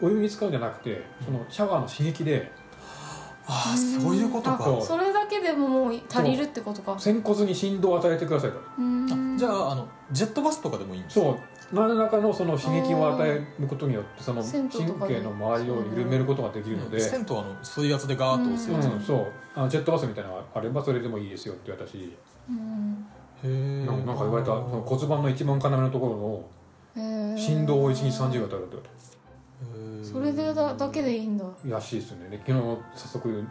[SPEAKER 2] お湯に使うんじゃなくてそのシャワーの刺激で
[SPEAKER 4] ああそういうこと
[SPEAKER 2] あ
[SPEAKER 4] か
[SPEAKER 3] それだけでももう足りるってことか
[SPEAKER 2] 仙骨に振動を与えてくださいと
[SPEAKER 3] うん
[SPEAKER 4] じゃああのジェットバスとかでもいいんですか
[SPEAKER 2] そう何らかのその刺激を与えることによってその
[SPEAKER 3] 銭湯
[SPEAKER 2] 神
[SPEAKER 3] とかで
[SPEAKER 2] 経の周りを緩めることができるので、
[SPEAKER 4] 銭湯はあの水圧でガーッと押すやつ、
[SPEAKER 2] うん、そうあのジェットバスみたいなのがあればそれでもいいですよって言われたし、
[SPEAKER 3] うん
[SPEAKER 4] へえ
[SPEAKER 2] なんかなんか言われたその骨盤の一番要のところ
[SPEAKER 3] へー
[SPEAKER 2] の振動を1日30秒与えるって言われ
[SPEAKER 4] へー
[SPEAKER 3] それでだだけでいいんだ
[SPEAKER 2] たらしいですねで昨日早速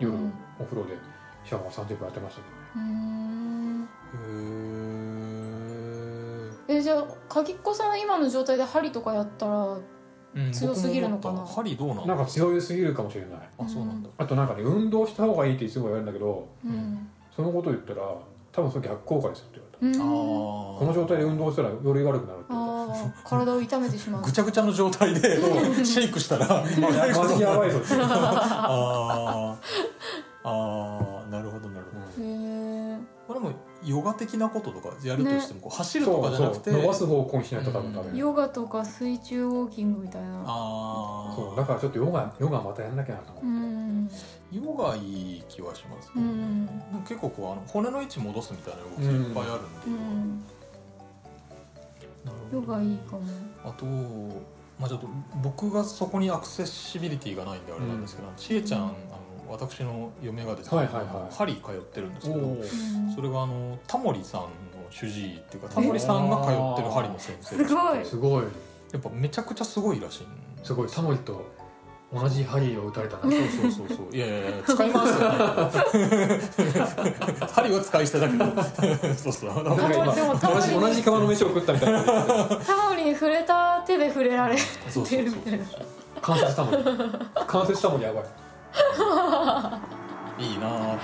[SPEAKER 2] 夜
[SPEAKER 3] うん
[SPEAKER 2] お風呂でシャワー30分当てましたけどね
[SPEAKER 3] うーん
[SPEAKER 4] へ
[SPEAKER 3] えじゃあ鍵っ子さんは今の状態で針とかやったら
[SPEAKER 4] え
[SPEAKER 3] 強すぎるのかな
[SPEAKER 4] 針どうなん
[SPEAKER 2] な
[SPEAKER 4] だ
[SPEAKER 2] んか強すぎるかもしれない
[SPEAKER 4] あそうなんだ
[SPEAKER 2] あとなんかね運動した方がいいっていつも言われるんだけど
[SPEAKER 3] うん、
[SPEAKER 2] そのこと言ったら多分それ逆効果ですよって言われた
[SPEAKER 3] うん、
[SPEAKER 4] あ
[SPEAKER 2] この状態で運動したらより悪くなるって言われた
[SPEAKER 3] あー体を痛めてしまう
[SPEAKER 4] ぐちゃぐちゃの状 態でシェイクしたら
[SPEAKER 2] まあ マジやばいぞって、う
[SPEAKER 4] あーあーなるほどなるほど、
[SPEAKER 3] へ
[SPEAKER 2] ん
[SPEAKER 3] え
[SPEAKER 4] これもヨガ的なこととかやるとしても、こう走ると
[SPEAKER 2] そ
[SPEAKER 4] か
[SPEAKER 2] う
[SPEAKER 4] じゃなく
[SPEAKER 2] そ
[SPEAKER 4] て
[SPEAKER 2] う伸ばす方向にしないと多分ダメ、
[SPEAKER 3] ヨガとか水中ウォーキングみたいな
[SPEAKER 4] あ
[SPEAKER 2] そう
[SPEAKER 4] あ
[SPEAKER 2] だからちょっとヨガヨガまたやんなきゃなと思って、
[SPEAKER 3] うん
[SPEAKER 4] ヨガいい気はします、
[SPEAKER 3] う
[SPEAKER 4] ね
[SPEAKER 3] ん
[SPEAKER 4] でも結構こうあの骨の位置戻すみたいな動きいっぱいあるんで、
[SPEAKER 3] うん
[SPEAKER 4] なるほ
[SPEAKER 3] ヨ
[SPEAKER 4] ど
[SPEAKER 3] ガいいかも
[SPEAKER 4] あと、まあ、ちょっと僕がそこにアクセシビリティがないんであれなんですけど、ちえちゃんあの私の嫁がですね、
[SPEAKER 2] はいはいはい
[SPEAKER 4] ハリー通ってるんですけど
[SPEAKER 2] おー
[SPEAKER 3] うん
[SPEAKER 4] それがあのタモリさんの主治医っていうかタモリさんが通ってるハリの先生
[SPEAKER 3] すごい
[SPEAKER 2] すごい
[SPEAKER 4] やっぱめちゃくちゃすごいらしいんです
[SPEAKER 2] す ごいタモリと同じハリーを打たれたな
[SPEAKER 4] そうそうそうそういやいやいや使い ますよ、ね、針は使い捨てだけど そうそうあの
[SPEAKER 3] タモリ
[SPEAKER 2] なんか今
[SPEAKER 3] でもタモ
[SPEAKER 2] 同
[SPEAKER 3] リ
[SPEAKER 2] じ同じ釜の飯を食ったみたいな
[SPEAKER 3] タモリに触れた手で触れられ
[SPEAKER 4] そう
[SPEAKER 3] て
[SPEAKER 4] そう
[SPEAKER 3] る
[SPEAKER 4] そ
[SPEAKER 3] み
[SPEAKER 4] う
[SPEAKER 3] たいな
[SPEAKER 2] 関節タモリ関節タモリやばい
[SPEAKER 4] いいなぁと思ってだか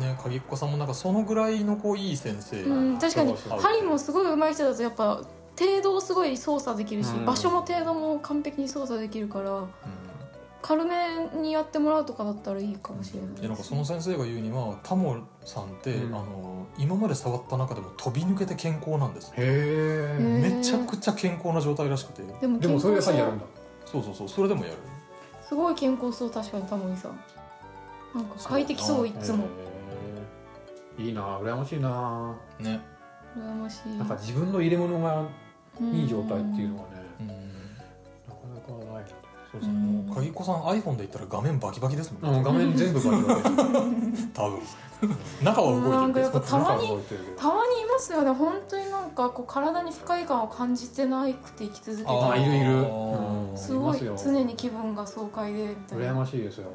[SPEAKER 4] らね鍵っ子さんもなんかそのぐらいのこういい先生、
[SPEAKER 3] うん、確かに
[SPEAKER 2] そうそう
[SPEAKER 3] 針もすごい上手い人だとやっぱ程度をすごい操作できるし、
[SPEAKER 2] うん
[SPEAKER 3] 場所も程度も完璧に操作できるから
[SPEAKER 4] う
[SPEAKER 3] 軽めにやってもらうとかだったらいいかもしれない
[SPEAKER 4] ん、でなんかその先生が言うにはタモさんって、
[SPEAKER 2] うん
[SPEAKER 4] あの今まで触った中でも飛び抜けて健康なんです
[SPEAKER 2] へえ
[SPEAKER 3] へー
[SPEAKER 4] めちゃくちゃ健康な状態らしくて
[SPEAKER 3] でも
[SPEAKER 2] でもそれで
[SPEAKER 3] 健
[SPEAKER 2] さ
[SPEAKER 3] 康
[SPEAKER 2] や
[SPEAKER 3] そ
[SPEAKER 2] るん
[SPEAKER 3] う
[SPEAKER 2] だ
[SPEAKER 4] そうそうそうそれでもやる
[SPEAKER 3] すごい健康そう確かにタモリさんなんか快適そういつも
[SPEAKER 2] へーいいな羨ましいな
[SPEAKER 4] ね
[SPEAKER 3] 羨ましい
[SPEAKER 2] なんか自分の入れ物がいい状態っていうの
[SPEAKER 3] は
[SPEAKER 2] はね
[SPEAKER 4] うん
[SPEAKER 2] なかなかない
[SPEAKER 4] そうそう
[SPEAKER 3] うん
[SPEAKER 4] もう鍵っ子さん iPhone で言ったら画面バキバキですも
[SPEAKER 2] の
[SPEAKER 4] ん
[SPEAKER 2] で画
[SPEAKER 4] ね
[SPEAKER 2] 面全部バリバリ
[SPEAKER 4] 多分 中は動いてるけ
[SPEAKER 3] なんかやっぱ
[SPEAKER 4] ど
[SPEAKER 3] たま
[SPEAKER 2] 中
[SPEAKER 3] に
[SPEAKER 2] は動いてるけど
[SPEAKER 3] たまにいますよね本当になんかこう体に不快感を感じてなくて生き続けて
[SPEAKER 4] あ
[SPEAKER 2] あいるいる
[SPEAKER 4] ー
[SPEAKER 2] うん
[SPEAKER 3] すごい
[SPEAKER 2] まよ
[SPEAKER 3] 常に気分が爽快でみたい
[SPEAKER 2] 羨
[SPEAKER 3] な
[SPEAKER 2] ましいですよ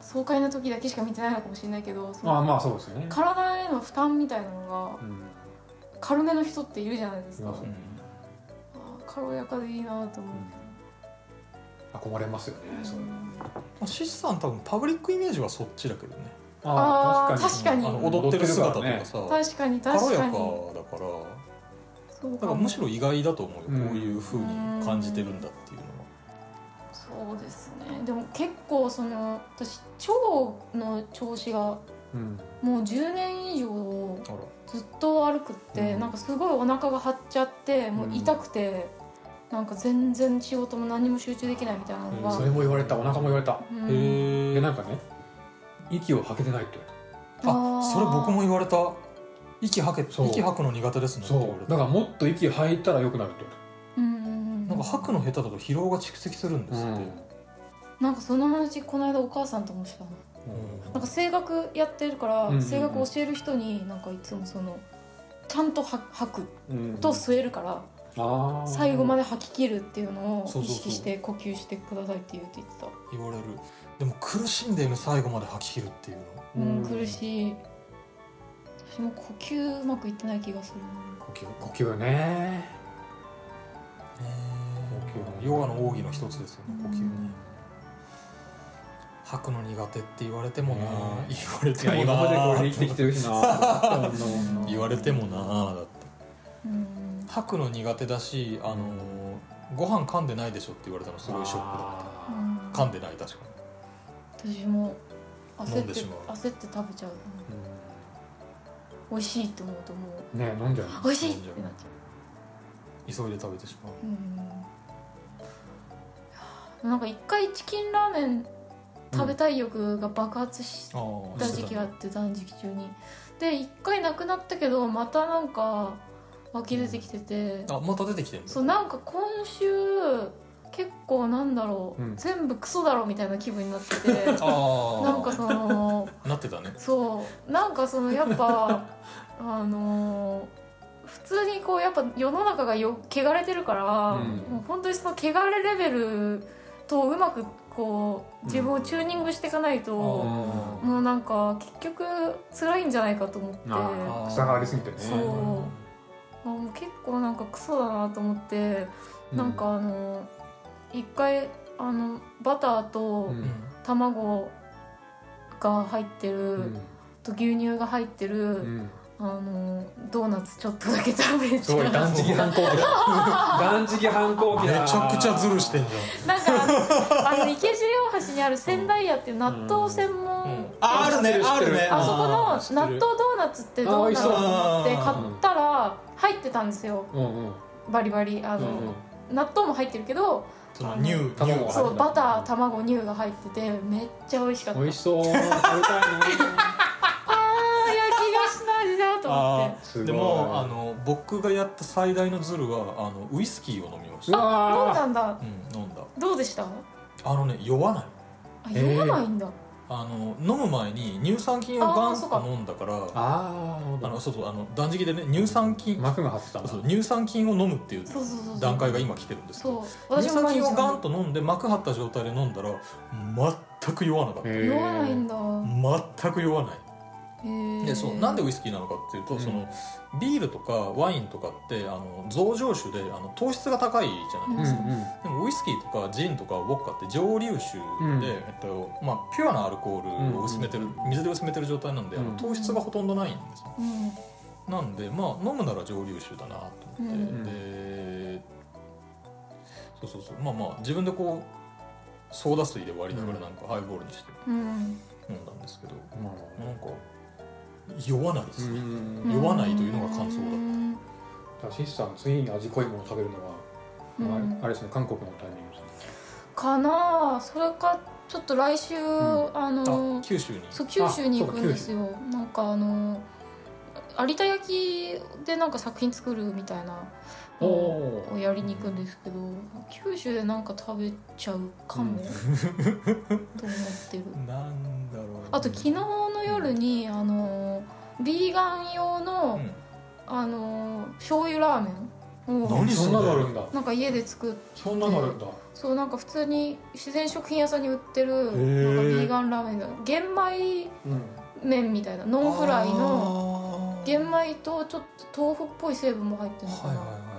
[SPEAKER 3] 爽快な時だけしか見てないのかもしれないけどその
[SPEAKER 2] まあまあそうですよね
[SPEAKER 3] 体への負担みたいなの
[SPEAKER 2] うん
[SPEAKER 3] が軽めの人っているじゃないですか、
[SPEAKER 2] います
[SPEAKER 4] うん
[SPEAKER 3] あー軽やかでいいなと思う、
[SPEAKER 2] 憧れますよねそう
[SPEAKER 4] まあシスさん多分パブリックイメージはそっちだけどね
[SPEAKER 3] あー
[SPEAKER 2] 確
[SPEAKER 4] あ
[SPEAKER 2] か
[SPEAKER 3] 確
[SPEAKER 2] に
[SPEAKER 3] かに
[SPEAKER 4] の踊ってる姿とかさ、
[SPEAKER 3] 確かに確
[SPEAKER 4] 軽や
[SPEAKER 3] か
[SPEAKER 4] かだ
[SPEAKER 3] に
[SPEAKER 4] から
[SPEAKER 3] そう
[SPEAKER 4] だ
[SPEAKER 3] か
[SPEAKER 4] から
[SPEAKER 3] も
[SPEAKER 4] むしろ意外だと思うよ、
[SPEAKER 2] うん
[SPEAKER 4] こういう風に感じてるんだっていうのは、
[SPEAKER 3] そうですねでも結構その私腸の調子が
[SPEAKER 2] うん
[SPEAKER 3] もう10年以上
[SPEAKER 4] あら
[SPEAKER 3] ずっと悪くって、
[SPEAKER 2] うん
[SPEAKER 3] なんかすごいお腹が張っちゃってもう痛くて、なんか全然仕事も何も集中できないみたいなのが、
[SPEAKER 2] それも言われたお腹も言われた
[SPEAKER 3] うん
[SPEAKER 4] へ
[SPEAKER 2] で
[SPEAKER 4] え
[SPEAKER 2] なんかね息を吐けてないって言われ
[SPEAKER 3] あ
[SPEAKER 4] あ
[SPEAKER 3] ー
[SPEAKER 4] それ僕も言われた息吐け
[SPEAKER 2] そう
[SPEAKER 4] 息吐くの苦手ですね
[SPEAKER 2] た
[SPEAKER 4] って言
[SPEAKER 2] そ
[SPEAKER 4] われ
[SPEAKER 2] うだ
[SPEAKER 4] た
[SPEAKER 2] からもっと息吐いたら良くなるって
[SPEAKER 3] うんうんうん
[SPEAKER 4] なんか吐くの下手だと疲労が蓄積するんで
[SPEAKER 2] 言
[SPEAKER 4] すって、
[SPEAKER 2] われ
[SPEAKER 3] なんかその話この間お母さんともしたのなんか声楽やってるから、
[SPEAKER 2] うんうんうん
[SPEAKER 3] 声楽教える人になんかいつもそのちゃんとは吐く
[SPEAKER 2] たうん
[SPEAKER 3] と吸えるから、
[SPEAKER 2] あー
[SPEAKER 3] 最後まで吐き切るっていうのを
[SPEAKER 4] そう
[SPEAKER 3] 意
[SPEAKER 4] そうそう
[SPEAKER 3] 識して呼吸してくださいって言うって言ってた
[SPEAKER 4] 言われるでも苦しんでね最後まで吐き切るっていうの
[SPEAKER 3] うん、
[SPEAKER 2] うん
[SPEAKER 3] 苦しい私も呼吸うまくいってない気がする
[SPEAKER 4] 呼吸
[SPEAKER 2] 呼吸ね
[SPEAKER 4] 呼
[SPEAKER 2] 呼
[SPEAKER 4] 吸
[SPEAKER 2] 吸
[SPEAKER 4] ヨガの奥義の一つですよね呼吸ね、
[SPEAKER 3] うん
[SPEAKER 4] 吐くの苦手って言われてもな、
[SPEAKER 2] ね
[SPEAKER 4] 言われ
[SPEAKER 2] い
[SPEAKER 4] て
[SPEAKER 2] や
[SPEAKER 4] も
[SPEAKER 2] 今までこ
[SPEAKER 4] な
[SPEAKER 2] れで生きてきてるしな
[SPEAKER 4] 言われてもなだって
[SPEAKER 3] なうん
[SPEAKER 4] 吐くの苦手だしあのご飯噛んでないでしょって言われたのすごいショックだ
[SPEAKER 3] う
[SPEAKER 2] あ
[SPEAKER 3] ん
[SPEAKER 4] 噛んでない確か
[SPEAKER 3] 私も焦
[SPEAKER 4] 飲
[SPEAKER 3] っ
[SPEAKER 4] ん
[SPEAKER 3] て
[SPEAKER 4] でしまう
[SPEAKER 3] 焦って食べちゃう
[SPEAKER 2] ー
[SPEAKER 3] 美味しいって思うともう
[SPEAKER 2] うんね飲んじゃう
[SPEAKER 3] 美味しいってなっちゃ
[SPEAKER 4] に急いで食べてしまう
[SPEAKER 3] ううんなんか一回チキンラーメン食べたい欲が爆発し
[SPEAKER 4] あ
[SPEAKER 3] た時期があって断食中にで一回なくなったけどまたなんか湧き出てきてて
[SPEAKER 4] あまた出てきてるんだ
[SPEAKER 3] そうなんか今週結構なんだろう、
[SPEAKER 2] うん
[SPEAKER 3] 全部クソだろみたいな気分になってて
[SPEAKER 4] ああ
[SPEAKER 3] なんかその
[SPEAKER 4] なってたね
[SPEAKER 3] そうなんかそのやっぱ あの普通にこうやっぱ世の中がよ汚れてるから、
[SPEAKER 2] うん
[SPEAKER 3] もう本当にその汚れレベルとうまくこう自分をチューニングしていかないと、
[SPEAKER 2] あ
[SPEAKER 3] もうなんか結局辛いんじゃないかと思って
[SPEAKER 2] あ
[SPEAKER 4] ー
[SPEAKER 2] ー草がありすぎてね
[SPEAKER 3] そうあもう結構なんかクソだなと思って、
[SPEAKER 2] う
[SPEAKER 3] なんかあの一回あのバターと
[SPEAKER 2] うん
[SPEAKER 3] 卵が入ってる、
[SPEAKER 2] うん
[SPEAKER 3] と牛乳が入ってる、
[SPEAKER 2] うん
[SPEAKER 3] あのドーナツちょっとだけ食べ
[SPEAKER 2] す
[SPEAKER 3] ちゃ
[SPEAKER 2] ご
[SPEAKER 3] う
[SPEAKER 2] い断食反抗期だ断食反抗期
[SPEAKER 4] め
[SPEAKER 2] だ
[SPEAKER 4] ちゃくちゃズルしてんじ
[SPEAKER 3] なんかあのあの池尻大橋にある仙台屋っていう納豆専門、
[SPEAKER 4] ゃん、うんああるねあるね
[SPEAKER 3] あそこの納豆ドーナツってどうなの
[SPEAKER 4] あ
[SPEAKER 3] って
[SPEAKER 4] 美味し
[SPEAKER 3] 買
[SPEAKER 4] そう
[SPEAKER 3] ったら入ってたんですよ
[SPEAKER 2] うんうん
[SPEAKER 3] バリバリあ
[SPEAKER 2] う
[SPEAKER 3] の、
[SPEAKER 2] んうん
[SPEAKER 3] 納豆も入ってるけど
[SPEAKER 4] そのニューニ
[SPEAKER 2] 卵
[SPEAKER 4] ュー
[SPEAKER 2] は
[SPEAKER 3] そうバター卵乳が入っててめっちゃ美味しかった
[SPEAKER 2] 美味しそう食べたいな
[SPEAKER 3] あーいや東の味だと思って
[SPEAKER 2] すごい
[SPEAKER 4] でもあの僕がやった最大のズルはあのウイスキーを飲みまし
[SPEAKER 2] う
[SPEAKER 4] た、
[SPEAKER 3] 飲ん
[SPEAKER 2] わ
[SPEAKER 3] だんだ
[SPEAKER 4] うん、飲んだ
[SPEAKER 3] どうでした
[SPEAKER 4] あのね酔わない
[SPEAKER 3] あ
[SPEAKER 2] えー
[SPEAKER 3] 酔わないんだ、
[SPEAKER 4] あの飲む前に乳酸菌を
[SPEAKER 3] あ
[SPEAKER 4] ガ
[SPEAKER 3] ー
[SPEAKER 4] ン
[SPEAKER 3] そうか
[SPEAKER 4] と飲んだから
[SPEAKER 2] ーあー
[SPEAKER 4] あのそうそうあの断食でね乳酸菌
[SPEAKER 2] 膜が張ってた
[SPEAKER 4] そうそう乳酸菌を飲むっていう
[SPEAKER 3] そうそうそうそう
[SPEAKER 4] 段階が今来てるんですけ
[SPEAKER 3] そ
[SPEAKER 4] ど
[SPEAKER 3] う
[SPEAKER 4] 乳
[SPEAKER 3] 私も
[SPEAKER 4] 酸
[SPEAKER 3] 毎
[SPEAKER 4] 菌
[SPEAKER 3] 日
[SPEAKER 4] をガンと飲んで膜張った状態で飲んだら全く酔わなかった
[SPEAKER 3] 酔わないんだ
[SPEAKER 4] 全く酔わない
[SPEAKER 3] へー
[SPEAKER 4] でそうなんでウイスキーなのかっていうと、
[SPEAKER 2] うん
[SPEAKER 4] そのビールとかワインとかってあの増上酒であの糖質が高いじゃない
[SPEAKER 2] うん
[SPEAKER 4] で
[SPEAKER 2] う
[SPEAKER 4] すか、
[SPEAKER 2] ん
[SPEAKER 4] でもウイスキーとかジンとかウォッカって蒸留酒で、
[SPEAKER 2] うん
[SPEAKER 4] えっとまあ、ピュアなアルコールを薄めてる、水で薄めてる状態なんで、あの
[SPEAKER 2] うん
[SPEAKER 4] 糖質がほとんどないんですよ
[SPEAKER 3] うん
[SPEAKER 4] なんでまあ飲むなら蒸留酒だなと思っ
[SPEAKER 2] う
[SPEAKER 4] て、
[SPEAKER 2] ん
[SPEAKER 4] でそうそうそうまあまあ自分でこうソーダ水で割りながらなんかハイボールにして
[SPEAKER 3] うん
[SPEAKER 4] 飲んだんですけど、
[SPEAKER 2] まあ
[SPEAKER 4] なんか酔わないで
[SPEAKER 2] う
[SPEAKER 4] す、
[SPEAKER 2] ん
[SPEAKER 4] 酔わないというのが感想だった
[SPEAKER 2] だシスさん次に味濃いものを食べるのは、
[SPEAKER 3] うん
[SPEAKER 2] あれあれですね韓国のタイミングですね
[SPEAKER 3] かなあそれかちょっと来週、
[SPEAKER 2] ん
[SPEAKER 3] あ
[SPEAKER 4] あ
[SPEAKER 3] の
[SPEAKER 4] 九州に
[SPEAKER 3] そう九州に行くんですよなんかあの有田焼でなんか作品作るみたいな
[SPEAKER 2] お
[SPEAKER 3] を
[SPEAKER 2] おー
[SPEAKER 3] やりに行くんですけど九州でなんか食べちゃうかも、
[SPEAKER 2] うん
[SPEAKER 3] と思ってる
[SPEAKER 4] なんだろう
[SPEAKER 3] あと昨日の夜にあのビーガン用の、
[SPEAKER 4] うん
[SPEAKER 3] あの醤油ラーメンを
[SPEAKER 4] 何
[SPEAKER 2] そんなのあるんだ
[SPEAKER 3] なんか家で作っ
[SPEAKER 2] そんなのあるんだ
[SPEAKER 3] そうなんか普通に自然食品屋さんに売ってるなんかビーガンラーメンだ玄米
[SPEAKER 2] うん
[SPEAKER 3] 麺みたいなノンフライの
[SPEAKER 4] の
[SPEAKER 3] 玄米とちょっと豆腐っぽい成分も入ってるのか
[SPEAKER 4] はいはい
[SPEAKER 3] な、
[SPEAKER 4] はいは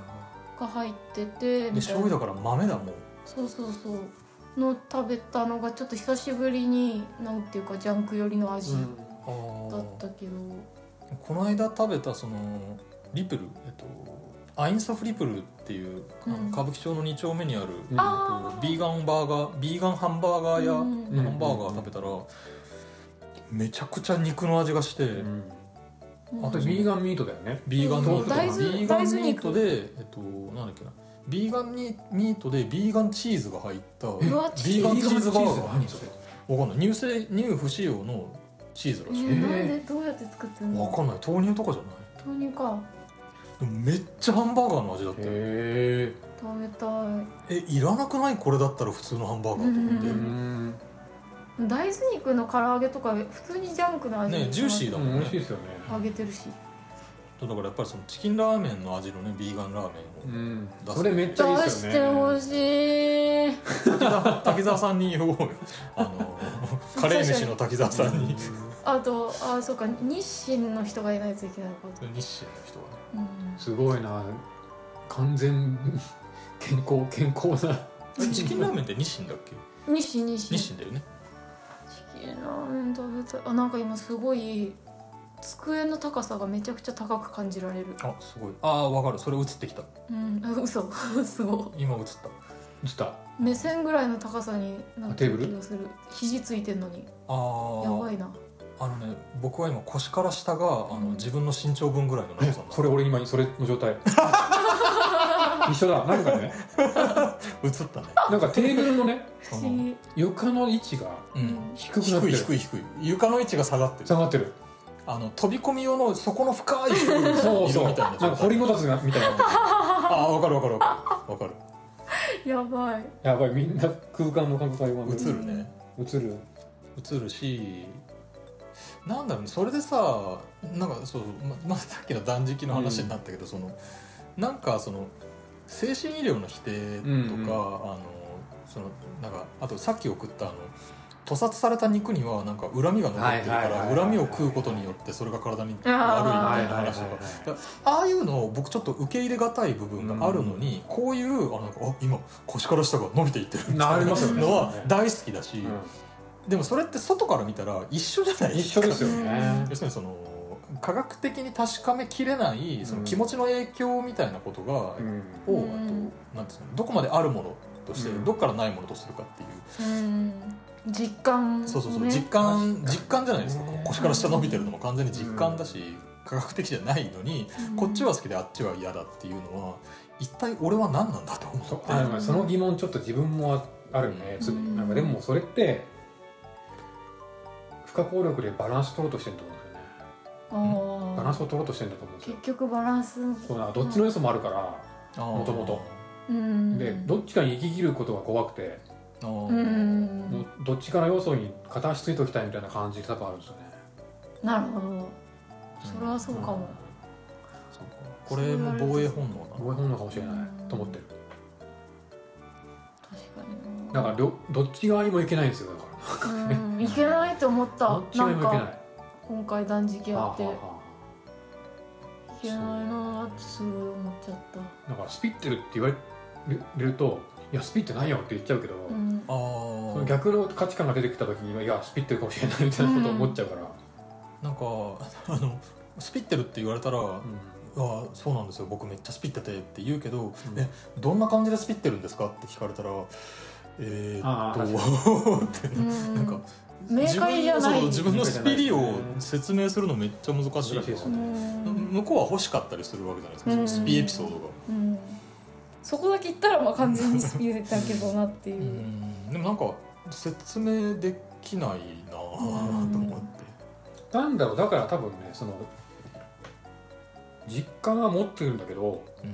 [SPEAKER 3] が入ってて
[SPEAKER 4] いで
[SPEAKER 3] みたい
[SPEAKER 4] 醤
[SPEAKER 3] な
[SPEAKER 4] 油だから豆だもん
[SPEAKER 3] そうそうそうの食べたのがちょっと久しぶりになんていうかジャンク寄りの味
[SPEAKER 2] う
[SPEAKER 3] だったけど、
[SPEAKER 4] この間食べたそのリプルえっとアインサフリプルっていう、あの
[SPEAKER 3] うん
[SPEAKER 4] 歌舞伎町の2丁目にある、えっ
[SPEAKER 2] ん
[SPEAKER 3] あ
[SPEAKER 4] とビーガンバーガービーガンハンバーガー屋、
[SPEAKER 3] うん
[SPEAKER 2] うん
[SPEAKER 4] ハンバーガー食べたら、めちゃくちゃ肉の味がして、
[SPEAKER 2] うん
[SPEAKER 3] うん
[SPEAKER 2] あとビーガンミートだよね
[SPEAKER 4] ビーガンミート
[SPEAKER 2] そう
[SPEAKER 4] だ
[SPEAKER 2] 大豆
[SPEAKER 4] ビーガン
[SPEAKER 3] 大豆
[SPEAKER 4] ミー
[SPEAKER 3] 肉
[SPEAKER 4] トでえっとなんだっけなビーガンにミートでビーガンチーズが入ったビ
[SPEAKER 3] うわ
[SPEAKER 4] ーガンチーズバーガー
[SPEAKER 2] 何それ
[SPEAKER 4] わかんない乳製乳不使用のチーズらしい、
[SPEAKER 3] え
[SPEAKER 2] え
[SPEAKER 3] ーなんでどうやって作ってん
[SPEAKER 4] わ
[SPEAKER 3] の
[SPEAKER 4] かんない豆乳とかじゃない
[SPEAKER 3] 豆乳か
[SPEAKER 4] でもめっちゃハンバーガーの味だったよ
[SPEAKER 2] へ
[SPEAKER 3] 食べたい
[SPEAKER 4] えいらなくないこれだったら普通のハンバーガーと思って、
[SPEAKER 2] え
[SPEAKER 3] う
[SPEAKER 2] うん
[SPEAKER 3] 大豆肉の唐揚げとか普通にジャンクな味
[SPEAKER 4] ねジューシー
[SPEAKER 2] で
[SPEAKER 4] だ
[SPEAKER 2] も
[SPEAKER 4] もん
[SPEAKER 2] 美
[SPEAKER 4] ね
[SPEAKER 2] 味しいですよね
[SPEAKER 3] 揚げてるし
[SPEAKER 4] だからやっぱりそのチキンラーメンの味のねビーガンラーメ
[SPEAKER 2] う
[SPEAKER 4] ンを
[SPEAKER 2] ん
[SPEAKER 4] 出す
[SPEAKER 2] それめっ
[SPEAKER 3] 出
[SPEAKER 2] ちゃいいです
[SPEAKER 3] し
[SPEAKER 2] よ
[SPEAKER 3] てほ
[SPEAKER 2] ね
[SPEAKER 3] しい
[SPEAKER 4] 滝沢滝沢さんに言おうよあのカレー飯の滝沢さんに
[SPEAKER 3] あとあそうか日清の人がいないといけないか
[SPEAKER 4] 日清の人がね
[SPEAKER 3] ら、うん
[SPEAKER 2] すごいな完全健康健康な
[SPEAKER 4] あれ チキンラーメンって日清だっけ
[SPEAKER 3] 日清日清
[SPEAKER 4] 日清だよね
[SPEAKER 3] チキンラーメン食べたいあなんか今すごい机の高さがめちゃくちゃ高く感じられる
[SPEAKER 4] あすごいああわかるそれ映ってきた
[SPEAKER 3] うん あ嘘すご
[SPEAKER 4] 今映った
[SPEAKER 2] 映った
[SPEAKER 3] い目線ぐらいの高さになんか
[SPEAKER 2] テーブル
[SPEAKER 3] 気がする肘ついてんのに
[SPEAKER 4] あ
[SPEAKER 3] やば
[SPEAKER 4] ー
[SPEAKER 3] いな
[SPEAKER 4] あのね僕は今腰から下があの自分の身長分ぐらいの長
[SPEAKER 2] え
[SPEAKER 4] さにな
[SPEAKER 2] それ俺今それの状 態一緒だなんかね
[SPEAKER 4] 映ったね
[SPEAKER 2] なんかテーブルのね
[SPEAKER 3] 不思議
[SPEAKER 2] 床の位置が
[SPEAKER 4] うん
[SPEAKER 2] 低くなって
[SPEAKER 4] 低い
[SPEAKER 2] る
[SPEAKER 4] 低い低い床の位置が下がって
[SPEAKER 2] 下
[SPEAKER 4] る
[SPEAKER 2] がってる
[SPEAKER 4] あの飛び込み用の底の深い
[SPEAKER 2] そうそう
[SPEAKER 4] 色
[SPEAKER 2] な
[SPEAKER 4] み
[SPEAKER 2] ん
[SPEAKER 4] たいな
[SPEAKER 2] か掘りごたつがみたいな
[SPEAKER 4] ああわかるわかるわかるわかる
[SPEAKER 3] やばい
[SPEAKER 2] やばいみんな空間の感覚が今
[SPEAKER 4] 映るね
[SPEAKER 2] 映る
[SPEAKER 4] 映るしなんだろうねそれでさなんかそうままあさっきの断食の話になったけど、そのなんかその精神医療の否定とか、
[SPEAKER 2] うんうん
[SPEAKER 4] あのそのなんかあとさっき送ったあの屠殺された肉にはなんか恨みが残ってるか
[SPEAKER 2] はいはいはい
[SPEAKER 4] ら
[SPEAKER 2] はい
[SPEAKER 4] 恨みを食うことによってそれが体に悪いみたいな
[SPEAKER 3] あー
[SPEAKER 4] 話とかだああいうのを僕ちょっと受け入れがたい部分があるのに、こういうあなんかあ今腰から下が伸びていってるみた
[SPEAKER 2] ないりますよ
[SPEAKER 4] な
[SPEAKER 2] ね
[SPEAKER 4] のは大好きだし、
[SPEAKER 2] う
[SPEAKER 4] でもそれって外から見たら一緒じゃない
[SPEAKER 2] ん一緒ですよ
[SPEAKER 3] う
[SPEAKER 2] ね
[SPEAKER 4] 要するにその科学的に確かめきれないその気持ちの影響みたいなことが、
[SPEAKER 2] うん
[SPEAKER 4] をあと
[SPEAKER 3] うん
[SPEAKER 4] なんていうのどこまであるものとして、
[SPEAKER 2] うん
[SPEAKER 4] どこからないものとするかっていう、
[SPEAKER 3] うん実感
[SPEAKER 4] そうそうそう、
[SPEAKER 3] ね
[SPEAKER 4] 実感
[SPEAKER 2] 確かに
[SPEAKER 4] 実感じゃないですか、
[SPEAKER 2] ね
[SPEAKER 4] 腰から下伸びてるのも完全に実感だし、科学的じゃないのに、
[SPEAKER 3] うん
[SPEAKER 4] こっちは好きであっちは嫌だっていうのは一体俺は何なんだと思
[SPEAKER 2] そう
[SPEAKER 4] って
[SPEAKER 2] あでもその疑問ちょっと自分もああるね常
[SPEAKER 3] うん
[SPEAKER 2] になんかでもそれって不可抗力でバランス取ろうとしてると思うんですよね
[SPEAKER 3] あ
[SPEAKER 2] バラン
[SPEAKER 3] ー
[SPEAKER 2] スを取ろうとしてるんだと思うんですよ
[SPEAKER 3] 結局バランス
[SPEAKER 2] そうだなどっちの要素もあるから、
[SPEAKER 4] も
[SPEAKER 2] 元々
[SPEAKER 3] うん
[SPEAKER 2] でどっちかに行き切ることが怖くて、
[SPEAKER 3] うん
[SPEAKER 2] もうどっちかの要素に片足ついておきたいみたいな感じで多分あるんですよね
[SPEAKER 3] なるほどそれはそうかも、
[SPEAKER 4] これも防衛本能な
[SPEAKER 2] 防衛本能かもしれないと思ってる
[SPEAKER 3] 確かにな
[SPEAKER 2] だから両どっち側にも行けないんですよだから
[SPEAKER 3] うんいけないと思った
[SPEAKER 2] どっち
[SPEAKER 3] な
[SPEAKER 2] 側に
[SPEAKER 3] ん
[SPEAKER 2] も行けない
[SPEAKER 3] か今回断食や
[SPEAKER 2] は
[SPEAKER 3] っ
[SPEAKER 2] あ
[SPEAKER 3] て
[SPEAKER 2] はいあは
[SPEAKER 3] けないなーってすごい思っちゃった
[SPEAKER 2] あだからスピってるって言われると「いやスピってないよ」って言っちゃうけど、
[SPEAKER 3] うん
[SPEAKER 4] あー
[SPEAKER 2] その逆の価値観が出てきた時には「いやスピってるかもしれない」みたいなことを思っちゃうから、
[SPEAKER 4] なんかあのスピってるって言われたら、
[SPEAKER 2] うん
[SPEAKER 4] ああそうなんですよ僕めっちゃスピっててって言うけど、
[SPEAKER 2] ん
[SPEAKER 4] えどんな感じでスピってるんですかって聞かれたらえー、
[SPEAKER 2] あ
[SPEAKER 4] っ
[SPEAKER 2] あ
[SPEAKER 4] とって
[SPEAKER 3] うん
[SPEAKER 4] なんか
[SPEAKER 3] 明快じゃない
[SPEAKER 4] 自分のそう自分のスピリを説明するのめっちゃ難しい
[SPEAKER 2] 難しいです
[SPEAKER 3] う
[SPEAKER 2] ね
[SPEAKER 3] ん
[SPEAKER 4] 向こうは欲しかったりするわけじゃないですか、
[SPEAKER 3] うん
[SPEAKER 4] スピエピソードが、
[SPEAKER 3] うんそこだけ言ったらまあ完全にスピードだけどなっていううん
[SPEAKER 4] でもなんか説明できないなあと思って、
[SPEAKER 2] なんだろうだから多分ねその実感は持ってるんだけど
[SPEAKER 4] うん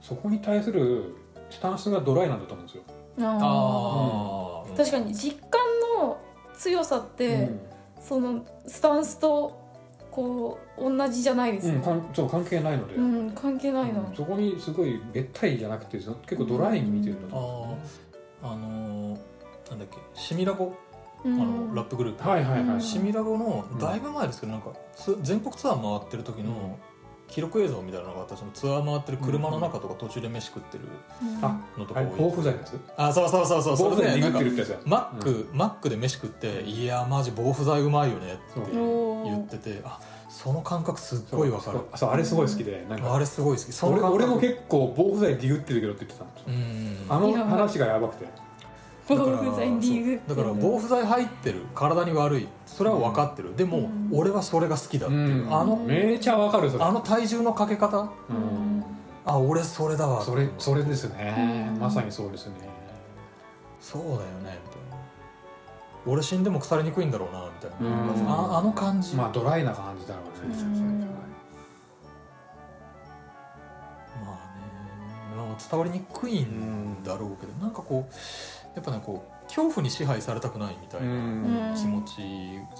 [SPEAKER 2] そこに対するスタンスがドライなんだと思うんですよ。
[SPEAKER 3] あ
[SPEAKER 4] あ
[SPEAKER 3] ー
[SPEAKER 4] あ
[SPEAKER 3] 確かに実感の強さって、そのスタンスとこう同じじゃないです
[SPEAKER 2] うん、
[SPEAKER 3] ね
[SPEAKER 2] かんそう関係ないので、
[SPEAKER 3] うん、関係ないな、
[SPEAKER 4] うん
[SPEAKER 2] そこにすごいべったりじゃなくてその結構ドライに見てるんだと
[SPEAKER 4] あ
[SPEAKER 2] 思うんで
[SPEAKER 4] ああのーなんだっけシミラボあ
[SPEAKER 3] うん
[SPEAKER 4] のラップグループ、
[SPEAKER 2] すよね。はいはいはい。
[SPEAKER 3] うん
[SPEAKER 4] シミラボの
[SPEAKER 2] うん
[SPEAKER 4] だいぶ前ですけど、なんかつ全国ツアー回ってる時の記録映像みたいなのがあったそのツアー回ってる車の中とか途中で飯食ってる
[SPEAKER 3] うん
[SPEAKER 2] あ
[SPEAKER 4] のと
[SPEAKER 2] あ
[SPEAKER 4] か
[SPEAKER 2] れ
[SPEAKER 4] 多
[SPEAKER 2] 防
[SPEAKER 4] い、
[SPEAKER 2] 腐剤のやつ
[SPEAKER 4] あそうそうそうそう
[SPEAKER 2] 防
[SPEAKER 4] そ
[SPEAKER 2] 腐
[SPEAKER 4] れ
[SPEAKER 2] 剤
[SPEAKER 4] で
[SPEAKER 2] に
[SPEAKER 4] な
[SPEAKER 2] グ
[SPEAKER 4] ん
[SPEAKER 2] ってる
[SPEAKER 4] か
[SPEAKER 2] ってやつや
[SPEAKER 4] マック、マックで飯食って「いやーマジ防腐剤うまいよね」って
[SPEAKER 3] そう
[SPEAKER 4] 言っててあその感覚すっごいわかる
[SPEAKER 2] そうあれすごい好きでなん
[SPEAKER 4] あ
[SPEAKER 2] か
[SPEAKER 4] れすごい好きその
[SPEAKER 2] 俺
[SPEAKER 4] 感覚
[SPEAKER 2] 俺も結構防腐剤ディグってるけどって言ってたんですよ
[SPEAKER 4] うん
[SPEAKER 2] あの話がやばくて
[SPEAKER 3] 防腐剤リーグ
[SPEAKER 4] だからそうだから防腐剤入ってる体に悪いそれは分かってる、でも、
[SPEAKER 3] うん
[SPEAKER 4] 俺はそれが好きだっていう、
[SPEAKER 2] うん
[SPEAKER 4] あの
[SPEAKER 2] めちゃわかるそれ
[SPEAKER 4] あの体重のかけ方
[SPEAKER 2] うん
[SPEAKER 4] あ俺それだわ
[SPEAKER 2] それそれですね
[SPEAKER 3] うん
[SPEAKER 2] まさにそうですね
[SPEAKER 4] そうだよねみたいな俺死んでも腐りにくいんだろうなみたいな、
[SPEAKER 2] うん
[SPEAKER 4] ああの感じ、
[SPEAKER 2] まあドライな感じだろうね
[SPEAKER 3] うん
[SPEAKER 4] まあね、まあ、伝わりにくいんだろうけど、なんかこうやっぱねこう恐怖に支配されたくないみたいな
[SPEAKER 2] うん
[SPEAKER 4] 気持ち、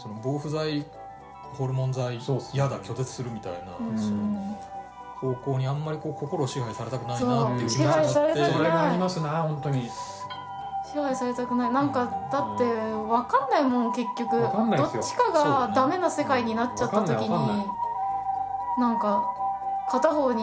[SPEAKER 4] その防腐剤ホルモン剤
[SPEAKER 2] そうっすね
[SPEAKER 4] 嫌だ拒絶するみたいな、
[SPEAKER 3] うん
[SPEAKER 4] その方向にあんまりこう心を支配されたくないなっていう
[SPEAKER 2] そう
[SPEAKER 4] 気持ち
[SPEAKER 2] 支
[SPEAKER 4] があっ
[SPEAKER 3] 配され
[SPEAKER 4] て
[SPEAKER 3] たく
[SPEAKER 2] そ
[SPEAKER 3] な
[SPEAKER 2] れ
[SPEAKER 3] い
[SPEAKER 2] がありますな本当に
[SPEAKER 3] 支配されたくないなんかだって分かんないもん結局
[SPEAKER 2] わかんない
[SPEAKER 3] ど
[SPEAKER 2] で
[SPEAKER 3] っ
[SPEAKER 2] すよ
[SPEAKER 3] ちか
[SPEAKER 4] そうだ
[SPEAKER 3] が
[SPEAKER 4] ね
[SPEAKER 3] ダメな世界になっちゃった時
[SPEAKER 2] わかんないわかんな
[SPEAKER 3] になんか片方に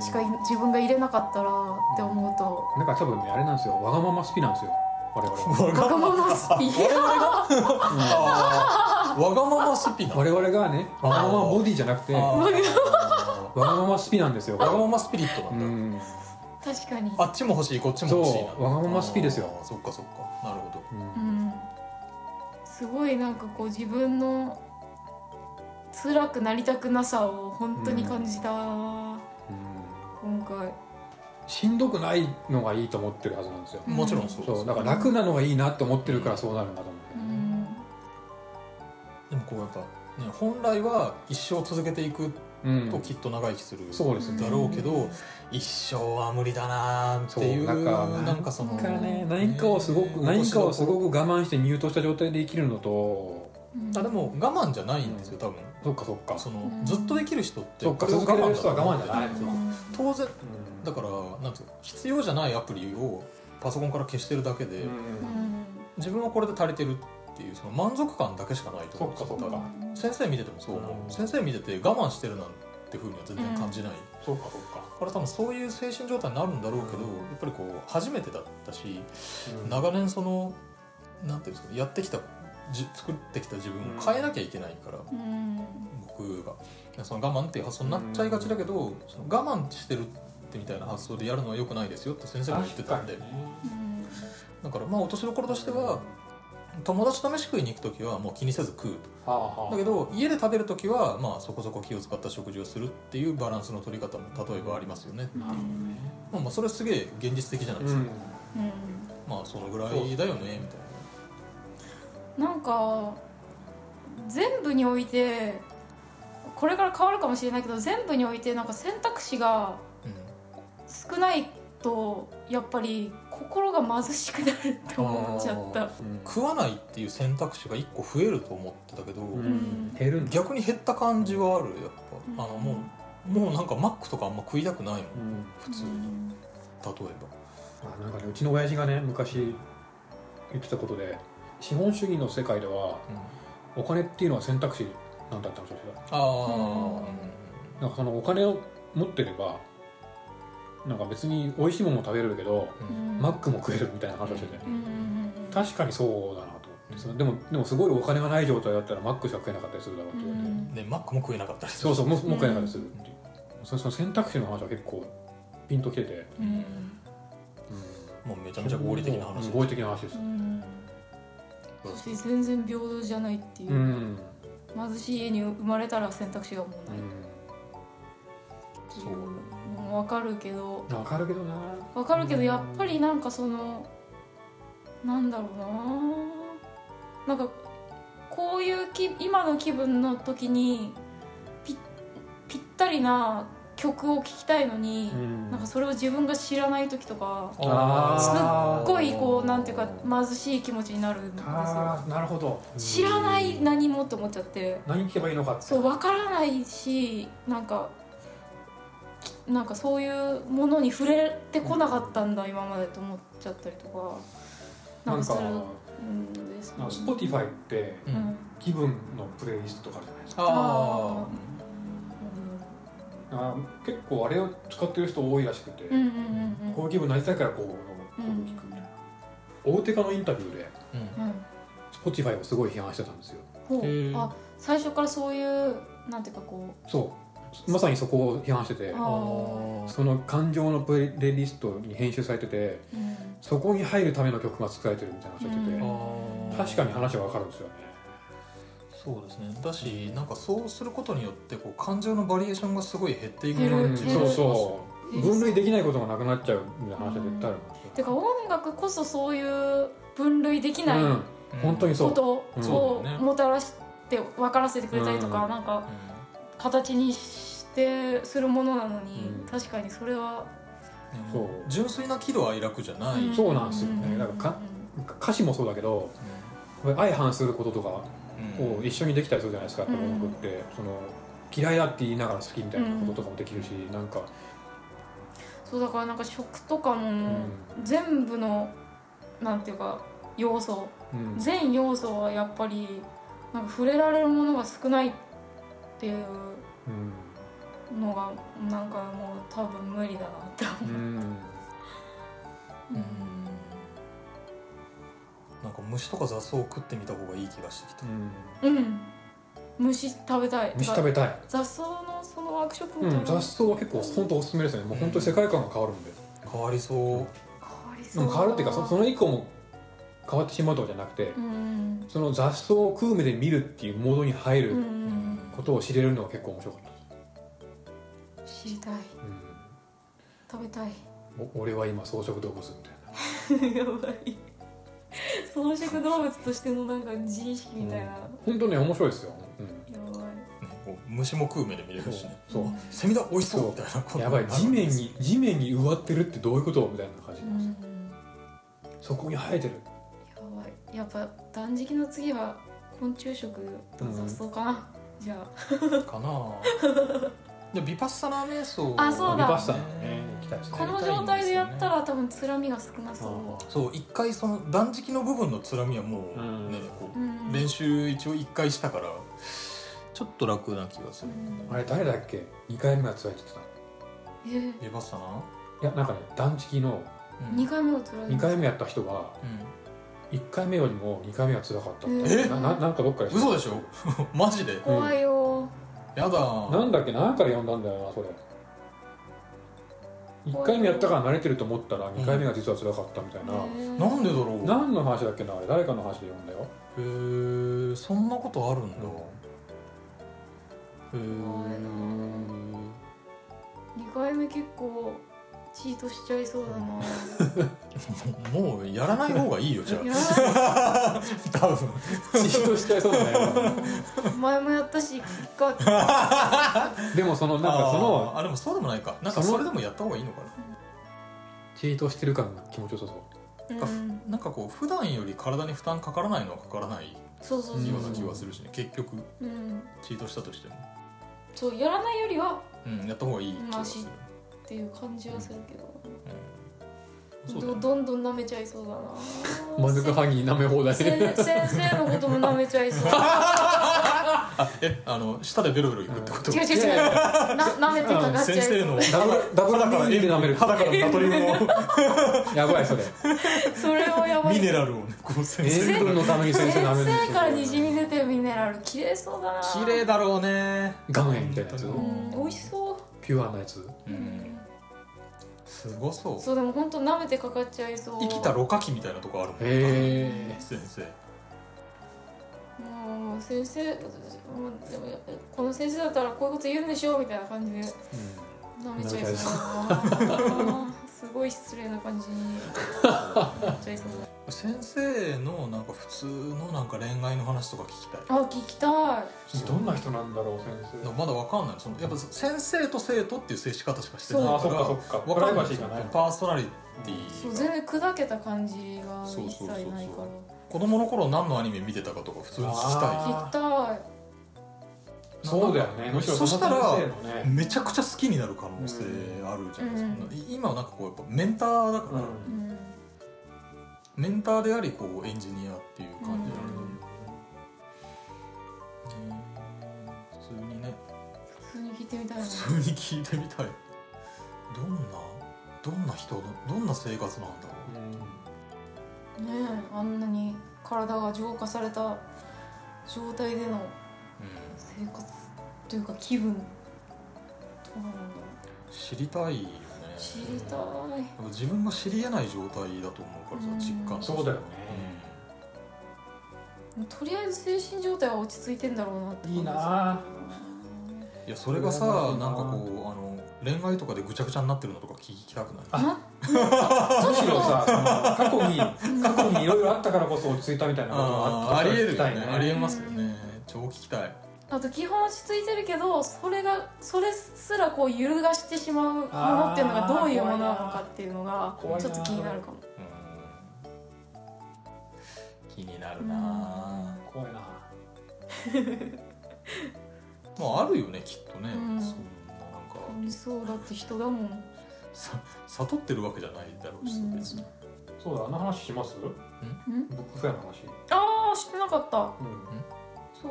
[SPEAKER 3] しかい自分が入れなかったらって思うと
[SPEAKER 2] なんか多分ねあれなんですよわがまま好きなんですよ我々は
[SPEAKER 4] わ
[SPEAKER 3] わ
[SPEAKER 4] が
[SPEAKER 3] がままスピ
[SPEAKER 4] あーわがままスピな
[SPEAKER 2] 我々がねわがままボディじゃなくて
[SPEAKER 4] あ
[SPEAKER 2] わ
[SPEAKER 4] ー
[SPEAKER 2] がままスピなんですよ
[SPEAKER 4] わがままスピリット
[SPEAKER 2] う
[SPEAKER 4] な
[SPEAKER 2] ん
[SPEAKER 4] だ、
[SPEAKER 2] ん
[SPEAKER 3] 確かに
[SPEAKER 4] あっちも欲しいこっちも欲しいな
[SPEAKER 2] そうわがままスピですよ
[SPEAKER 4] あーそっかそっかなるほど
[SPEAKER 3] うんすごいなんかこう自分の辛くなりたくなさを本当に感じた、今回
[SPEAKER 2] しんどくないのがいいと思ってるはずなんですよ
[SPEAKER 3] うん
[SPEAKER 4] もちろんそうです
[SPEAKER 2] そうだから楽なのがいいなって思ってるからそうなるんだと思
[SPEAKER 3] う
[SPEAKER 2] うん
[SPEAKER 4] でもこうやっぱ、ね、本来は一生続けていく
[SPEAKER 2] うん
[SPEAKER 4] ときっと長生きする、
[SPEAKER 2] そうですね
[SPEAKER 4] だろうけど、一生は無理だなーっていう
[SPEAKER 2] そうなんか
[SPEAKER 4] なんかその
[SPEAKER 2] だからね何かをすごく
[SPEAKER 4] ね
[SPEAKER 2] 何かをすごく我慢して入刀した状態で生きるのと
[SPEAKER 3] うん
[SPEAKER 4] あでも我慢じゃないんですよ多分
[SPEAKER 2] そっかそっか
[SPEAKER 4] その
[SPEAKER 3] うん
[SPEAKER 4] ずっとできる人って
[SPEAKER 2] そっか
[SPEAKER 4] これを
[SPEAKER 2] 続けれる人は
[SPEAKER 4] 我
[SPEAKER 2] 我
[SPEAKER 4] 慢
[SPEAKER 2] 慢
[SPEAKER 4] だ
[SPEAKER 2] じ
[SPEAKER 4] と
[SPEAKER 2] ゃ
[SPEAKER 4] 思
[SPEAKER 2] な
[SPEAKER 4] う
[SPEAKER 2] い
[SPEAKER 4] 当
[SPEAKER 2] う
[SPEAKER 4] 然
[SPEAKER 2] ん
[SPEAKER 4] だからなんつうの必要じゃないアプリをパソコンから消してるだけで、
[SPEAKER 3] うん
[SPEAKER 4] 自分はこれで足りてるっていうその満足感だけしかないと思う
[SPEAKER 2] そっかそっ
[SPEAKER 4] 多
[SPEAKER 2] か
[SPEAKER 4] 分先生見ててもそう思う、
[SPEAKER 2] うん
[SPEAKER 4] 先生見てて我慢してるなんてふうには全然感じない、
[SPEAKER 2] そうかそ
[SPEAKER 4] これ多分そういう精神状態になるんだろうけど、
[SPEAKER 2] うん
[SPEAKER 4] やっぱりこう初めてだったし
[SPEAKER 2] うか
[SPEAKER 4] 長年そのなんていうんですかやってきたじ作ってきた自分を変えなきゃいけないから、
[SPEAKER 3] うん
[SPEAKER 4] 僕がその我慢っていう発想になっちゃいがちだけど、その我慢してるってみたいな発想でやるのは良くないですよって先生も言ってたんで、だからまあ落としどころとしては友達と飯食いに行く時はもう気にせず食うと
[SPEAKER 2] はあはあ
[SPEAKER 4] だけど家で食べる時はまあそこそこ気を使った食事をするっていうバランスの取り方も例えばありますよね、
[SPEAKER 2] なるほどね
[SPEAKER 4] まあ、まあそれすげえ現実的じゃないで
[SPEAKER 2] う
[SPEAKER 4] すか、
[SPEAKER 2] ん
[SPEAKER 3] うん
[SPEAKER 4] まあそのぐらいだよねみたい
[SPEAKER 3] なんか全部においてこれから変わるかもしれないけど全部においてなんか選択肢が
[SPEAKER 4] な、
[SPEAKER 3] 少ないとやっぱり心が貧しくなるって思っちゃった。
[SPEAKER 2] うん
[SPEAKER 4] 食わないっていう選択肢が1個増えると思ってたけど、
[SPEAKER 2] うん
[SPEAKER 3] ん
[SPEAKER 2] 減るんだ
[SPEAKER 4] 逆に減った感じはあるやっぱ、あの
[SPEAKER 3] うん
[SPEAKER 4] もうもうなんかマックとかあんま食いたくないも
[SPEAKER 2] う
[SPEAKER 4] ん
[SPEAKER 2] ん
[SPEAKER 4] 普通に、例え
[SPEAKER 2] あなんかねうちの親父がね昔言ってたことで資本主義の世界では
[SPEAKER 4] ば、
[SPEAKER 2] お金っていうのは選択肢なんだったんですよそれ
[SPEAKER 4] ああ
[SPEAKER 2] なんかそのお金を持ってればなんか別に美味しいものも食べれるけど
[SPEAKER 4] う
[SPEAKER 3] うん
[SPEAKER 4] ん
[SPEAKER 2] マックも食えるみたいな話をしてて
[SPEAKER 3] うんうんうん
[SPEAKER 2] 確かにそうだなと思って
[SPEAKER 4] うん
[SPEAKER 2] そのでもでもすごいお金がない状態だったらマックしか食えなかったりするだろうって言われて、
[SPEAKER 3] うん
[SPEAKER 4] でマックも食えなかったりす
[SPEAKER 2] そ
[SPEAKER 4] る
[SPEAKER 2] うそうもうもう食えなかったりするっていう、そその選択肢の話は結構ピンときてて、
[SPEAKER 3] うん
[SPEAKER 4] もうめちゃめちゃ合理的な話
[SPEAKER 2] うん合理的な話です
[SPEAKER 3] う、ん私全然平等じゃないっていうう、
[SPEAKER 2] ん
[SPEAKER 3] 貧しい家に生まれたら選択肢がもうないっていう
[SPEAKER 4] そう
[SPEAKER 3] うんわかるけど
[SPEAKER 2] うん、わかるけどな
[SPEAKER 3] わかるけどやっぱりなんかそのなんだろうななんかこういうき今の気分の時にぴぴったりな曲を聴きたいのに、
[SPEAKER 2] うん
[SPEAKER 3] なんかそれを自分が知らない時とかすっ
[SPEAKER 2] あー
[SPEAKER 3] ごいこうなんていうか貧しい気持ちになるんですよ
[SPEAKER 2] あーなるほど
[SPEAKER 3] 知らない何もと思っちゃって
[SPEAKER 2] 何聞けばいいのかって
[SPEAKER 3] そうわからないしなんかなんかそういうものに触れてこなかったんだ今までと思っちゃったりとかな
[SPEAKER 2] なんん
[SPEAKER 3] か
[SPEAKER 2] か
[SPEAKER 3] するんですね
[SPEAKER 2] なんか Spotify って
[SPEAKER 4] うん
[SPEAKER 3] うん
[SPEAKER 2] 気分のプレイリストとかあるじゃないですか
[SPEAKER 4] あ
[SPEAKER 2] あー結構あれを使ってる人多いらしくて、
[SPEAKER 3] うんうんうん
[SPEAKER 2] こういう気分になりたいからこうこういうのを聞くみたいな、大手家のインタビューで
[SPEAKER 4] ーうん
[SPEAKER 3] うんうん
[SPEAKER 2] Spotify をすごい批判してたんですよ
[SPEAKER 3] ほ
[SPEAKER 4] へ
[SPEAKER 3] う
[SPEAKER 4] え
[SPEAKER 3] あ最初からそういうなんていうかこ
[SPEAKER 2] そうまさにそこを批判してて
[SPEAKER 3] あー
[SPEAKER 2] その感情のプレイリストに編集されてて
[SPEAKER 3] う、うん
[SPEAKER 2] そこに入るための曲が作られてるみたいな話をしてて、
[SPEAKER 3] うん
[SPEAKER 4] あー
[SPEAKER 2] 確かに話はわかるんですよね
[SPEAKER 4] そうですねだしなんかそうすることによってこう感情のバリエーションがすごい減っていく
[SPEAKER 3] 減る
[SPEAKER 4] よう
[SPEAKER 2] う
[SPEAKER 4] なん気
[SPEAKER 3] 減
[SPEAKER 2] そ
[SPEAKER 4] が
[SPEAKER 3] る
[SPEAKER 2] う
[SPEAKER 4] します
[SPEAKER 2] そう分類できないことがなくなっちゃうみたいな話は絶対あるんですよ
[SPEAKER 3] てか音楽こそそういう分類できない
[SPEAKER 2] うん、
[SPEAKER 4] うん
[SPEAKER 2] 本当にそう
[SPEAKER 3] こと
[SPEAKER 4] そう
[SPEAKER 3] を
[SPEAKER 4] だよね
[SPEAKER 3] もたらして分からせてくれたりとか、
[SPEAKER 2] うん
[SPEAKER 3] なんか
[SPEAKER 4] う
[SPEAKER 3] 形にしてするものなのに、
[SPEAKER 2] うん
[SPEAKER 3] 確かにそれは、
[SPEAKER 4] ん
[SPEAKER 2] そう
[SPEAKER 4] 純粋な喜怒哀楽じゃない、
[SPEAKER 3] うん
[SPEAKER 2] そうなんですよねだからか歌詞もそうだけどこれ相反することとか
[SPEAKER 4] うん
[SPEAKER 2] を一緒にできたりするじゃないですか、やっぱ音楽って、その嫌いだって言いながら好きみたいなこととかもできるし、なんか、
[SPEAKER 3] そうだからなんか食とかも、全部のなんていうか要素
[SPEAKER 2] うん
[SPEAKER 3] 全要素はやっぱりなんか触れられるものが少ないっていう
[SPEAKER 2] うん
[SPEAKER 3] のがなんかもう多分無理だなって思
[SPEAKER 2] うん
[SPEAKER 3] う、
[SPEAKER 4] なんか虫とか雑草を食ってみた方がいい気がしてきた、
[SPEAKER 2] うん
[SPEAKER 3] うん虫食べたい
[SPEAKER 2] 虫食べたい、
[SPEAKER 3] 雑草のそのワークショップ
[SPEAKER 2] う
[SPEAKER 3] みた
[SPEAKER 2] ん、
[SPEAKER 3] いな、
[SPEAKER 2] 雑草は結構本当おすすめですねもう本当に世界観が変わるんで、
[SPEAKER 4] 変わりそう
[SPEAKER 3] 変わり
[SPEAKER 2] う、
[SPEAKER 3] そうんだ
[SPEAKER 2] 変わるっていうかそその以降も変わってしまうとかじゃなくて、
[SPEAKER 3] うん
[SPEAKER 2] その雑草を食う目で見るっていうモードに入
[SPEAKER 3] うん
[SPEAKER 2] る
[SPEAKER 3] うん
[SPEAKER 2] ことを知れるのが結構面白かったです、
[SPEAKER 3] 知りたい食べたい
[SPEAKER 2] うんお俺は今草食動物みたいな
[SPEAKER 3] やばい草食動物としてのなんか自意識みたいな、
[SPEAKER 2] 本当ね面白いですよ、うん
[SPEAKER 3] やばい
[SPEAKER 4] ねこう虫も食う目で見れるしね
[SPEAKER 2] そう
[SPEAKER 3] うん
[SPEAKER 4] セミだ美味しそうみたいなこと
[SPEAKER 2] やばい地面に地面に植わってるってどういうことみたいな感じ
[SPEAKER 3] う
[SPEAKER 2] なんですよ、
[SPEAKER 3] ん
[SPEAKER 2] そこに生えてる
[SPEAKER 3] やばいやっぱ断食の次は昆虫食と雑草かな、じゃあ
[SPEAKER 4] かなでビパッサナー瞑想
[SPEAKER 3] あそうだ
[SPEAKER 2] ビパッサナーね行きたいいですね
[SPEAKER 3] この状態でやったら多分つらみが少なそ
[SPEAKER 4] そう一回その断食の部分のつらみはもう
[SPEAKER 2] うん
[SPEAKER 4] ね、こ
[SPEAKER 3] う、うん
[SPEAKER 4] う練習一応一回したからちょっと楽な気がする、
[SPEAKER 2] あれ誰だっけ2回目がつらいって言って
[SPEAKER 3] えー、
[SPEAKER 4] レバスタな、
[SPEAKER 2] たいやなんかね断食の
[SPEAKER 4] うん
[SPEAKER 3] 2回目はつらい
[SPEAKER 2] 2回目やった人が1回目よりも2回目はつらかったって
[SPEAKER 3] え
[SPEAKER 2] なななんかどっか
[SPEAKER 4] う
[SPEAKER 2] で
[SPEAKER 4] ん、嘘でしょ マジで
[SPEAKER 3] 怖いよ、
[SPEAKER 4] やだ
[SPEAKER 2] なんだっけ何から読んだんだよなそれ1回目やったから慣れてると思ったら2回目が実はつらかったみたいな、
[SPEAKER 3] えー
[SPEAKER 4] なんでだろう
[SPEAKER 2] 何の話だっけなあれ誰かの話で読んだ よ
[SPEAKER 4] へーそんなことあるんだ、
[SPEAKER 2] うん
[SPEAKER 4] へー
[SPEAKER 3] 2回目結構チートしちゃいそうだな
[SPEAKER 4] もうやらない方がいいよじゃ
[SPEAKER 3] やらない
[SPEAKER 4] あ多分
[SPEAKER 2] 嫉妬しちゃいそうだね
[SPEAKER 3] 前もやったしが
[SPEAKER 2] でもそのなんかそ
[SPEAKER 4] あ
[SPEAKER 2] の
[SPEAKER 4] ーあでもそうでもないかなんか
[SPEAKER 2] その
[SPEAKER 4] それでもやった方がいいのかな
[SPEAKER 2] チートしてる感が気持ちよさそう
[SPEAKER 3] うん
[SPEAKER 4] なんかこう普段より体に負担かからないのはかからないよ
[SPEAKER 3] そうそうそう
[SPEAKER 4] う
[SPEAKER 3] そう、
[SPEAKER 4] な気はするしね結局
[SPEAKER 3] うん、
[SPEAKER 4] チートしたとしても、
[SPEAKER 3] そうやらないよりは
[SPEAKER 4] うん、やった方がいい気がする、
[SPEAKER 3] っていう感じはするけど、
[SPEAKER 4] うん、そうだ
[SPEAKER 3] ど
[SPEAKER 4] よね
[SPEAKER 3] どんどん舐めちゃいそうだな
[SPEAKER 2] マヌカハギ舐め放題
[SPEAKER 3] せん先生のことも舐めちゃ いそう
[SPEAKER 4] あえあの舌でベロベロいくってこと
[SPEAKER 3] 違う違う違うな舐めてかかっちゃい
[SPEAKER 4] 先
[SPEAKER 3] そ
[SPEAKER 4] 生の
[SPEAKER 3] う
[SPEAKER 2] ダブルダブル
[SPEAKER 4] 肌から
[SPEAKER 2] ミニで舐める
[SPEAKER 4] 肌からナトリウ ムを
[SPEAKER 2] やばいそれ
[SPEAKER 3] それはやばい
[SPEAKER 4] ミネラルをねこう先生
[SPEAKER 2] 塩分のために先
[SPEAKER 3] 先
[SPEAKER 2] 生舐めるんです
[SPEAKER 3] 生
[SPEAKER 2] よ
[SPEAKER 3] からにじみ出てるミネラル綺麗そうだな
[SPEAKER 4] 綺麗だろうね
[SPEAKER 2] 岩塩みたいなやつ
[SPEAKER 3] うん美味しそう
[SPEAKER 2] ピュアなやつ
[SPEAKER 4] うんすごそう
[SPEAKER 3] そうでも本当舐めてかかっちゃいそう
[SPEAKER 4] 生きたろ過期みたいなとこあるもん
[SPEAKER 2] へ
[SPEAKER 4] 先生
[SPEAKER 3] もう先生もうでもやっぱりこの先生だったらこういうこと言うんでしょうみたいな感じで舐めちゃいそうだなすごい失 礼な感じになっちゃいそうだ
[SPEAKER 4] 先生のなんか普通のなんか恋愛の話とか聞きたい
[SPEAKER 3] あ聞きたい
[SPEAKER 2] うんどんな人なんだろう先
[SPEAKER 4] なん
[SPEAKER 2] 生
[SPEAKER 4] かまだわかんないそのやっぱ先生と生徒っていう接し方しかしてない
[SPEAKER 2] あ
[SPEAKER 4] か
[SPEAKER 2] そっ
[SPEAKER 4] ら
[SPEAKER 2] かそっか
[SPEAKER 4] わかんない
[SPEAKER 2] プライバシーがない
[SPEAKER 4] パーソナリテ
[SPEAKER 3] そう
[SPEAKER 4] ィ
[SPEAKER 3] 全
[SPEAKER 4] が
[SPEAKER 3] 然砕けた感じが
[SPEAKER 4] そう
[SPEAKER 3] 一
[SPEAKER 4] そうそ
[SPEAKER 3] 切
[SPEAKER 4] うそう
[SPEAKER 3] ないから
[SPEAKER 4] 子供の頃何のアニメ見てたかとか普通に聞
[SPEAKER 2] あ
[SPEAKER 3] 聞きたい
[SPEAKER 4] きたい
[SPEAKER 2] そうだよねむしろ
[SPEAKER 4] そしたら
[SPEAKER 2] その先生のね
[SPEAKER 4] めちゃくちゃ好きになる可能性あるじゃないですか、
[SPEAKER 3] う
[SPEAKER 4] 今はなんかこうやっぱメンターだか
[SPEAKER 2] う
[SPEAKER 4] ら、
[SPEAKER 3] うんん
[SPEAKER 4] メンターでありこうエンジニアっていう感じなので、普通にね
[SPEAKER 3] 普通に聞いてみたいな
[SPEAKER 4] 普通に聞いてみたいどんなどんな人のどんな生活なんだろ
[SPEAKER 3] ねえあんなに体が浄化された状態での
[SPEAKER 4] う、
[SPEAKER 3] 生活というか気分どうなんだろう
[SPEAKER 4] 知りたいよね
[SPEAKER 3] 知りたい
[SPEAKER 4] やっぱ自分が知り得ない状態だと思うからさ
[SPEAKER 3] うん
[SPEAKER 4] 実感
[SPEAKER 2] そうだよね
[SPEAKER 3] もうとりあえず精神状態は落ち着いてんだろうなって感じ
[SPEAKER 2] いいなあ
[SPEAKER 4] いやそれがさ
[SPEAKER 2] それは
[SPEAKER 4] な
[SPEAKER 2] ない
[SPEAKER 4] ん
[SPEAKER 2] な
[SPEAKER 4] かこうあの恋愛とかでぐちゃぐちゃになってるのとか聞きたくない
[SPEAKER 2] むしろさその過去に 過去にいろいろあったからこそ落ち着いたみたいなこと
[SPEAKER 4] あー
[SPEAKER 2] が
[SPEAKER 4] あ
[SPEAKER 2] った
[SPEAKER 4] り
[SPEAKER 2] ら
[SPEAKER 4] える
[SPEAKER 2] 聞き
[SPEAKER 4] よ
[SPEAKER 2] たい
[SPEAKER 4] ねありえますよね超聞きたい
[SPEAKER 3] あと基本落ち着いてるけどそれがそれすらこう揺るがしてしまうものっていうのがどういうものなのかっていうのが
[SPEAKER 2] 怖い
[SPEAKER 3] ち
[SPEAKER 2] な
[SPEAKER 3] ょっと気になるかも
[SPEAKER 4] うん気になる
[SPEAKER 3] な
[SPEAKER 4] な
[SPEAKER 2] 怖いな
[SPEAKER 4] まああるよねきっとね、
[SPEAKER 3] うん
[SPEAKER 4] そんななんか
[SPEAKER 3] ありそうだって人だもん
[SPEAKER 4] さ悟ってるわけじゃないだろうし、
[SPEAKER 3] うん
[SPEAKER 4] 別に、
[SPEAKER 2] そうだあの話しますブ
[SPEAKER 3] ん
[SPEAKER 2] ックフェアの話
[SPEAKER 3] ああしてなかった
[SPEAKER 2] うん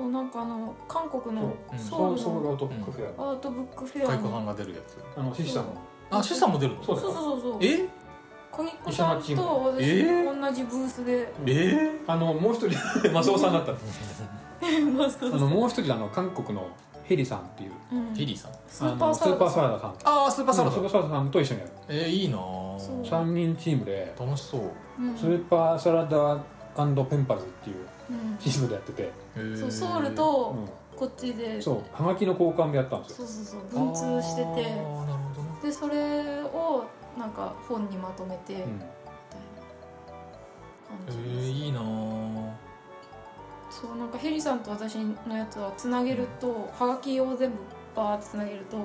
[SPEAKER 3] そうなんかあの韓国の
[SPEAKER 4] うん
[SPEAKER 2] ソ
[SPEAKER 3] ソウ
[SPEAKER 2] ウル
[SPEAKER 3] ル
[SPEAKER 2] ソウル
[SPEAKER 3] の
[SPEAKER 2] アートブックフェア
[SPEAKER 3] アートブックフェ
[SPEAKER 4] 太
[SPEAKER 3] アに
[SPEAKER 4] 鼓判が出るやつ
[SPEAKER 2] あのシシさんの
[SPEAKER 4] あ資産も出るの
[SPEAKER 2] そうだ
[SPEAKER 3] そう
[SPEAKER 2] よ
[SPEAKER 3] そうそうそう
[SPEAKER 4] え
[SPEAKER 3] 影子さんと
[SPEAKER 2] 石原
[SPEAKER 3] 私同
[SPEAKER 4] えー
[SPEAKER 3] じブースで
[SPEAKER 4] えー
[SPEAKER 2] あのもう一人マスオさんだった
[SPEAKER 3] まあそう
[SPEAKER 2] あのもう一人あの韓国のヘリさんっていう
[SPEAKER 3] うん
[SPEAKER 4] テリーさん
[SPEAKER 3] ス
[SPEAKER 2] あ
[SPEAKER 3] ーパー
[SPEAKER 2] のス
[SPEAKER 3] サラ
[SPEAKER 2] ーパ
[SPEAKER 3] ダ
[SPEAKER 2] ーサラダさん
[SPEAKER 4] ああスーパーサラダ、
[SPEAKER 2] うんスーパーサラダさんと一緒にやる
[SPEAKER 4] えー、いいなー
[SPEAKER 3] そう
[SPEAKER 2] 3人チームで
[SPEAKER 4] 楽しそう、
[SPEAKER 3] うん
[SPEAKER 2] スーパーサラダペンパルズっていう
[SPEAKER 3] うん
[SPEAKER 2] チームでやってて、
[SPEAKER 4] えー
[SPEAKER 3] そうソウルと
[SPEAKER 2] う
[SPEAKER 3] こっちで
[SPEAKER 2] ん、
[SPEAKER 3] そう
[SPEAKER 2] そうはがきの交換でやったんですよ
[SPEAKER 3] そうそう文通して
[SPEAKER 4] あーな
[SPEAKER 3] て
[SPEAKER 4] るほどね
[SPEAKER 3] でそれをなんか本にまとめてみたい
[SPEAKER 2] うん
[SPEAKER 3] な
[SPEAKER 4] え
[SPEAKER 3] 感じ
[SPEAKER 4] ー、
[SPEAKER 3] です、
[SPEAKER 4] いいなー
[SPEAKER 3] そうなんかヘリさんと私のやつはつなげるとはがきを全部バーってつなげると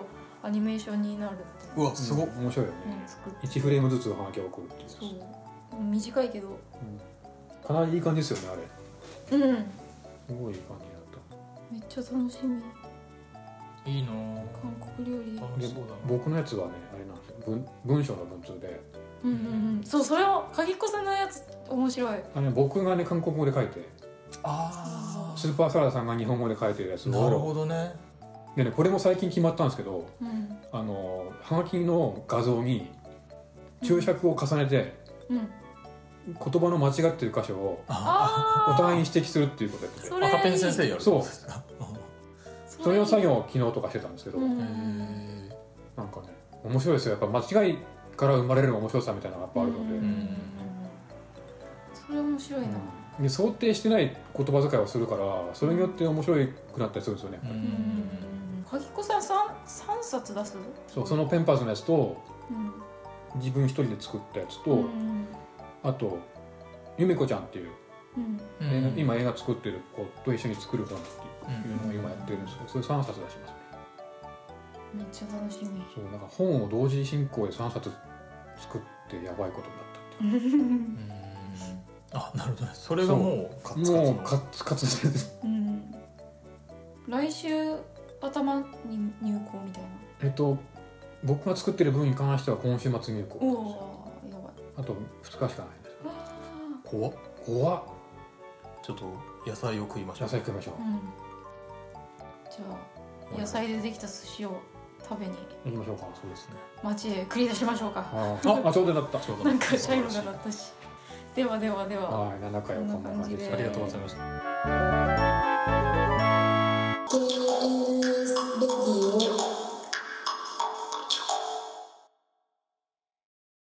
[SPEAKER 3] アニメーションになるっていう
[SPEAKER 4] うわすごっ、
[SPEAKER 2] うん面白いよね
[SPEAKER 3] のを作って
[SPEAKER 2] 1フレームずつのはがきを送るっていう
[SPEAKER 3] そう短いけど
[SPEAKER 2] かなりいい感じですよねあれ
[SPEAKER 3] うんめっ
[SPEAKER 2] すごいいい感じだっ
[SPEAKER 3] ちゃ楽しみ
[SPEAKER 4] いいなー
[SPEAKER 3] 韓国料理
[SPEAKER 4] 楽しそうだ
[SPEAKER 2] た僕のやつはねあれなんですよ文文章の文通で
[SPEAKER 3] うんうんうんそうそれを鍵っ子さんのやつ面白い
[SPEAKER 2] あれ、ね、僕がね韓国語で書いて
[SPEAKER 4] あ
[SPEAKER 2] スーパーサラダさんが日本語で書いてるやつ
[SPEAKER 4] あなるほどね
[SPEAKER 2] でねこれも最近決まったんですけど
[SPEAKER 3] うん
[SPEAKER 2] あのハガキの画像に注釈を重ねて、
[SPEAKER 3] うん
[SPEAKER 2] 言葉の間違ってる箇所を
[SPEAKER 4] あ
[SPEAKER 2] お
[SPEAKER 3] あ
[SPEAKER 2] 互いに指摘するっていうことやってて
[SPEAKER 3] それ
[SPEAKER 4] 赤ペン先生やる
[SPEAKER 2] そう
[SPEAKER 3] あ
[SPEAKER 2] それの作業を昨日とかしてたんですけど、
[SPEAKER 3] うん
[SPEAKER 4] へ
[SPEAKER 2] なんかね面白いですよやっぱ間違いから生まれる面白さみたいなのがやっぱあるので,、
[SPEAKER 3] うんそれ面白いな
[SPEAKER 2] で想定してない言葉遣いをするからそれによって面白くなったりするんですよね、
[SPEAKER 4] えう
[SPEAKER 3] うんうん
[SPEAKER 4] ん
[SPEAKER 3] うん鍵っ子さん三三冊出す
[SPEAKER 2] そうそのペンパーズのやつと
[SPEAKER 3] うん
[SPEAKER 2] 自分一人で作ったやつと、
[SPEAKER 3] うん
[SPEAKER 2] あとゆめこちゃんっていう、
[SPEAKER 3] うん
[SPEAKER 2] 映画今映画作ってる子と一緒に作る本っていうのを今やってるんですけどそれ3冊出します
[SPEAKER 3] めっちゃ楽しみ
[SPEAKER 2] そうなんか本を同時進行で3冊作ってやばいことになったって
[SPEAKER 4] うんあなるほどねそれがもうカツカツ
[SPEAKER 2] も
[SPEAKER 4] の
[SPEAKER 2] う カツカツです
[SPEAKER 3] うん来週頭に入校みたいな
[SPEAKER 2] えっと僕が作ってる分に関しては今週末入
[SPEAKER 3] お
[SPEAKER 2] 稿
[SPEAKER 3] おーやばい
[SPEAKER 2] あと2日しかないです
[SPEAKER 3] あ
[SPEAKER 4] 怖っ
[SPEAKER 2] 怖っ
[SPEAKER 4] ちょっと野菜を食いましょ
[SPEAKER 2] 野
[SPEAKER 4] う
[SPEAKER 2] 菜食いましょ
[SPEAKER 3] ーうんじゃ
[SPEAKER 2] う
[SPEAKER 3] あ野菜でできた寿司を食べに
[SPEAKER 2] 行きましょうか
[SPEAKER 4] そうですね
[SPEAKER 3] 街で繰り出しましょうか
[SPEAKER 2] あーあちょうどだった
[SPEAKER 4] うど
[SPEAKER 3] なんかシャイロが鳴ったしではではでは
[SPEAKER 2] はい7回はこんな感じです
[SPEAKER 3] こんな感じでありがとうご
[SPEAKER 4] ざいまし
[SPEAKER 2] 「
[SPEAKER 4] た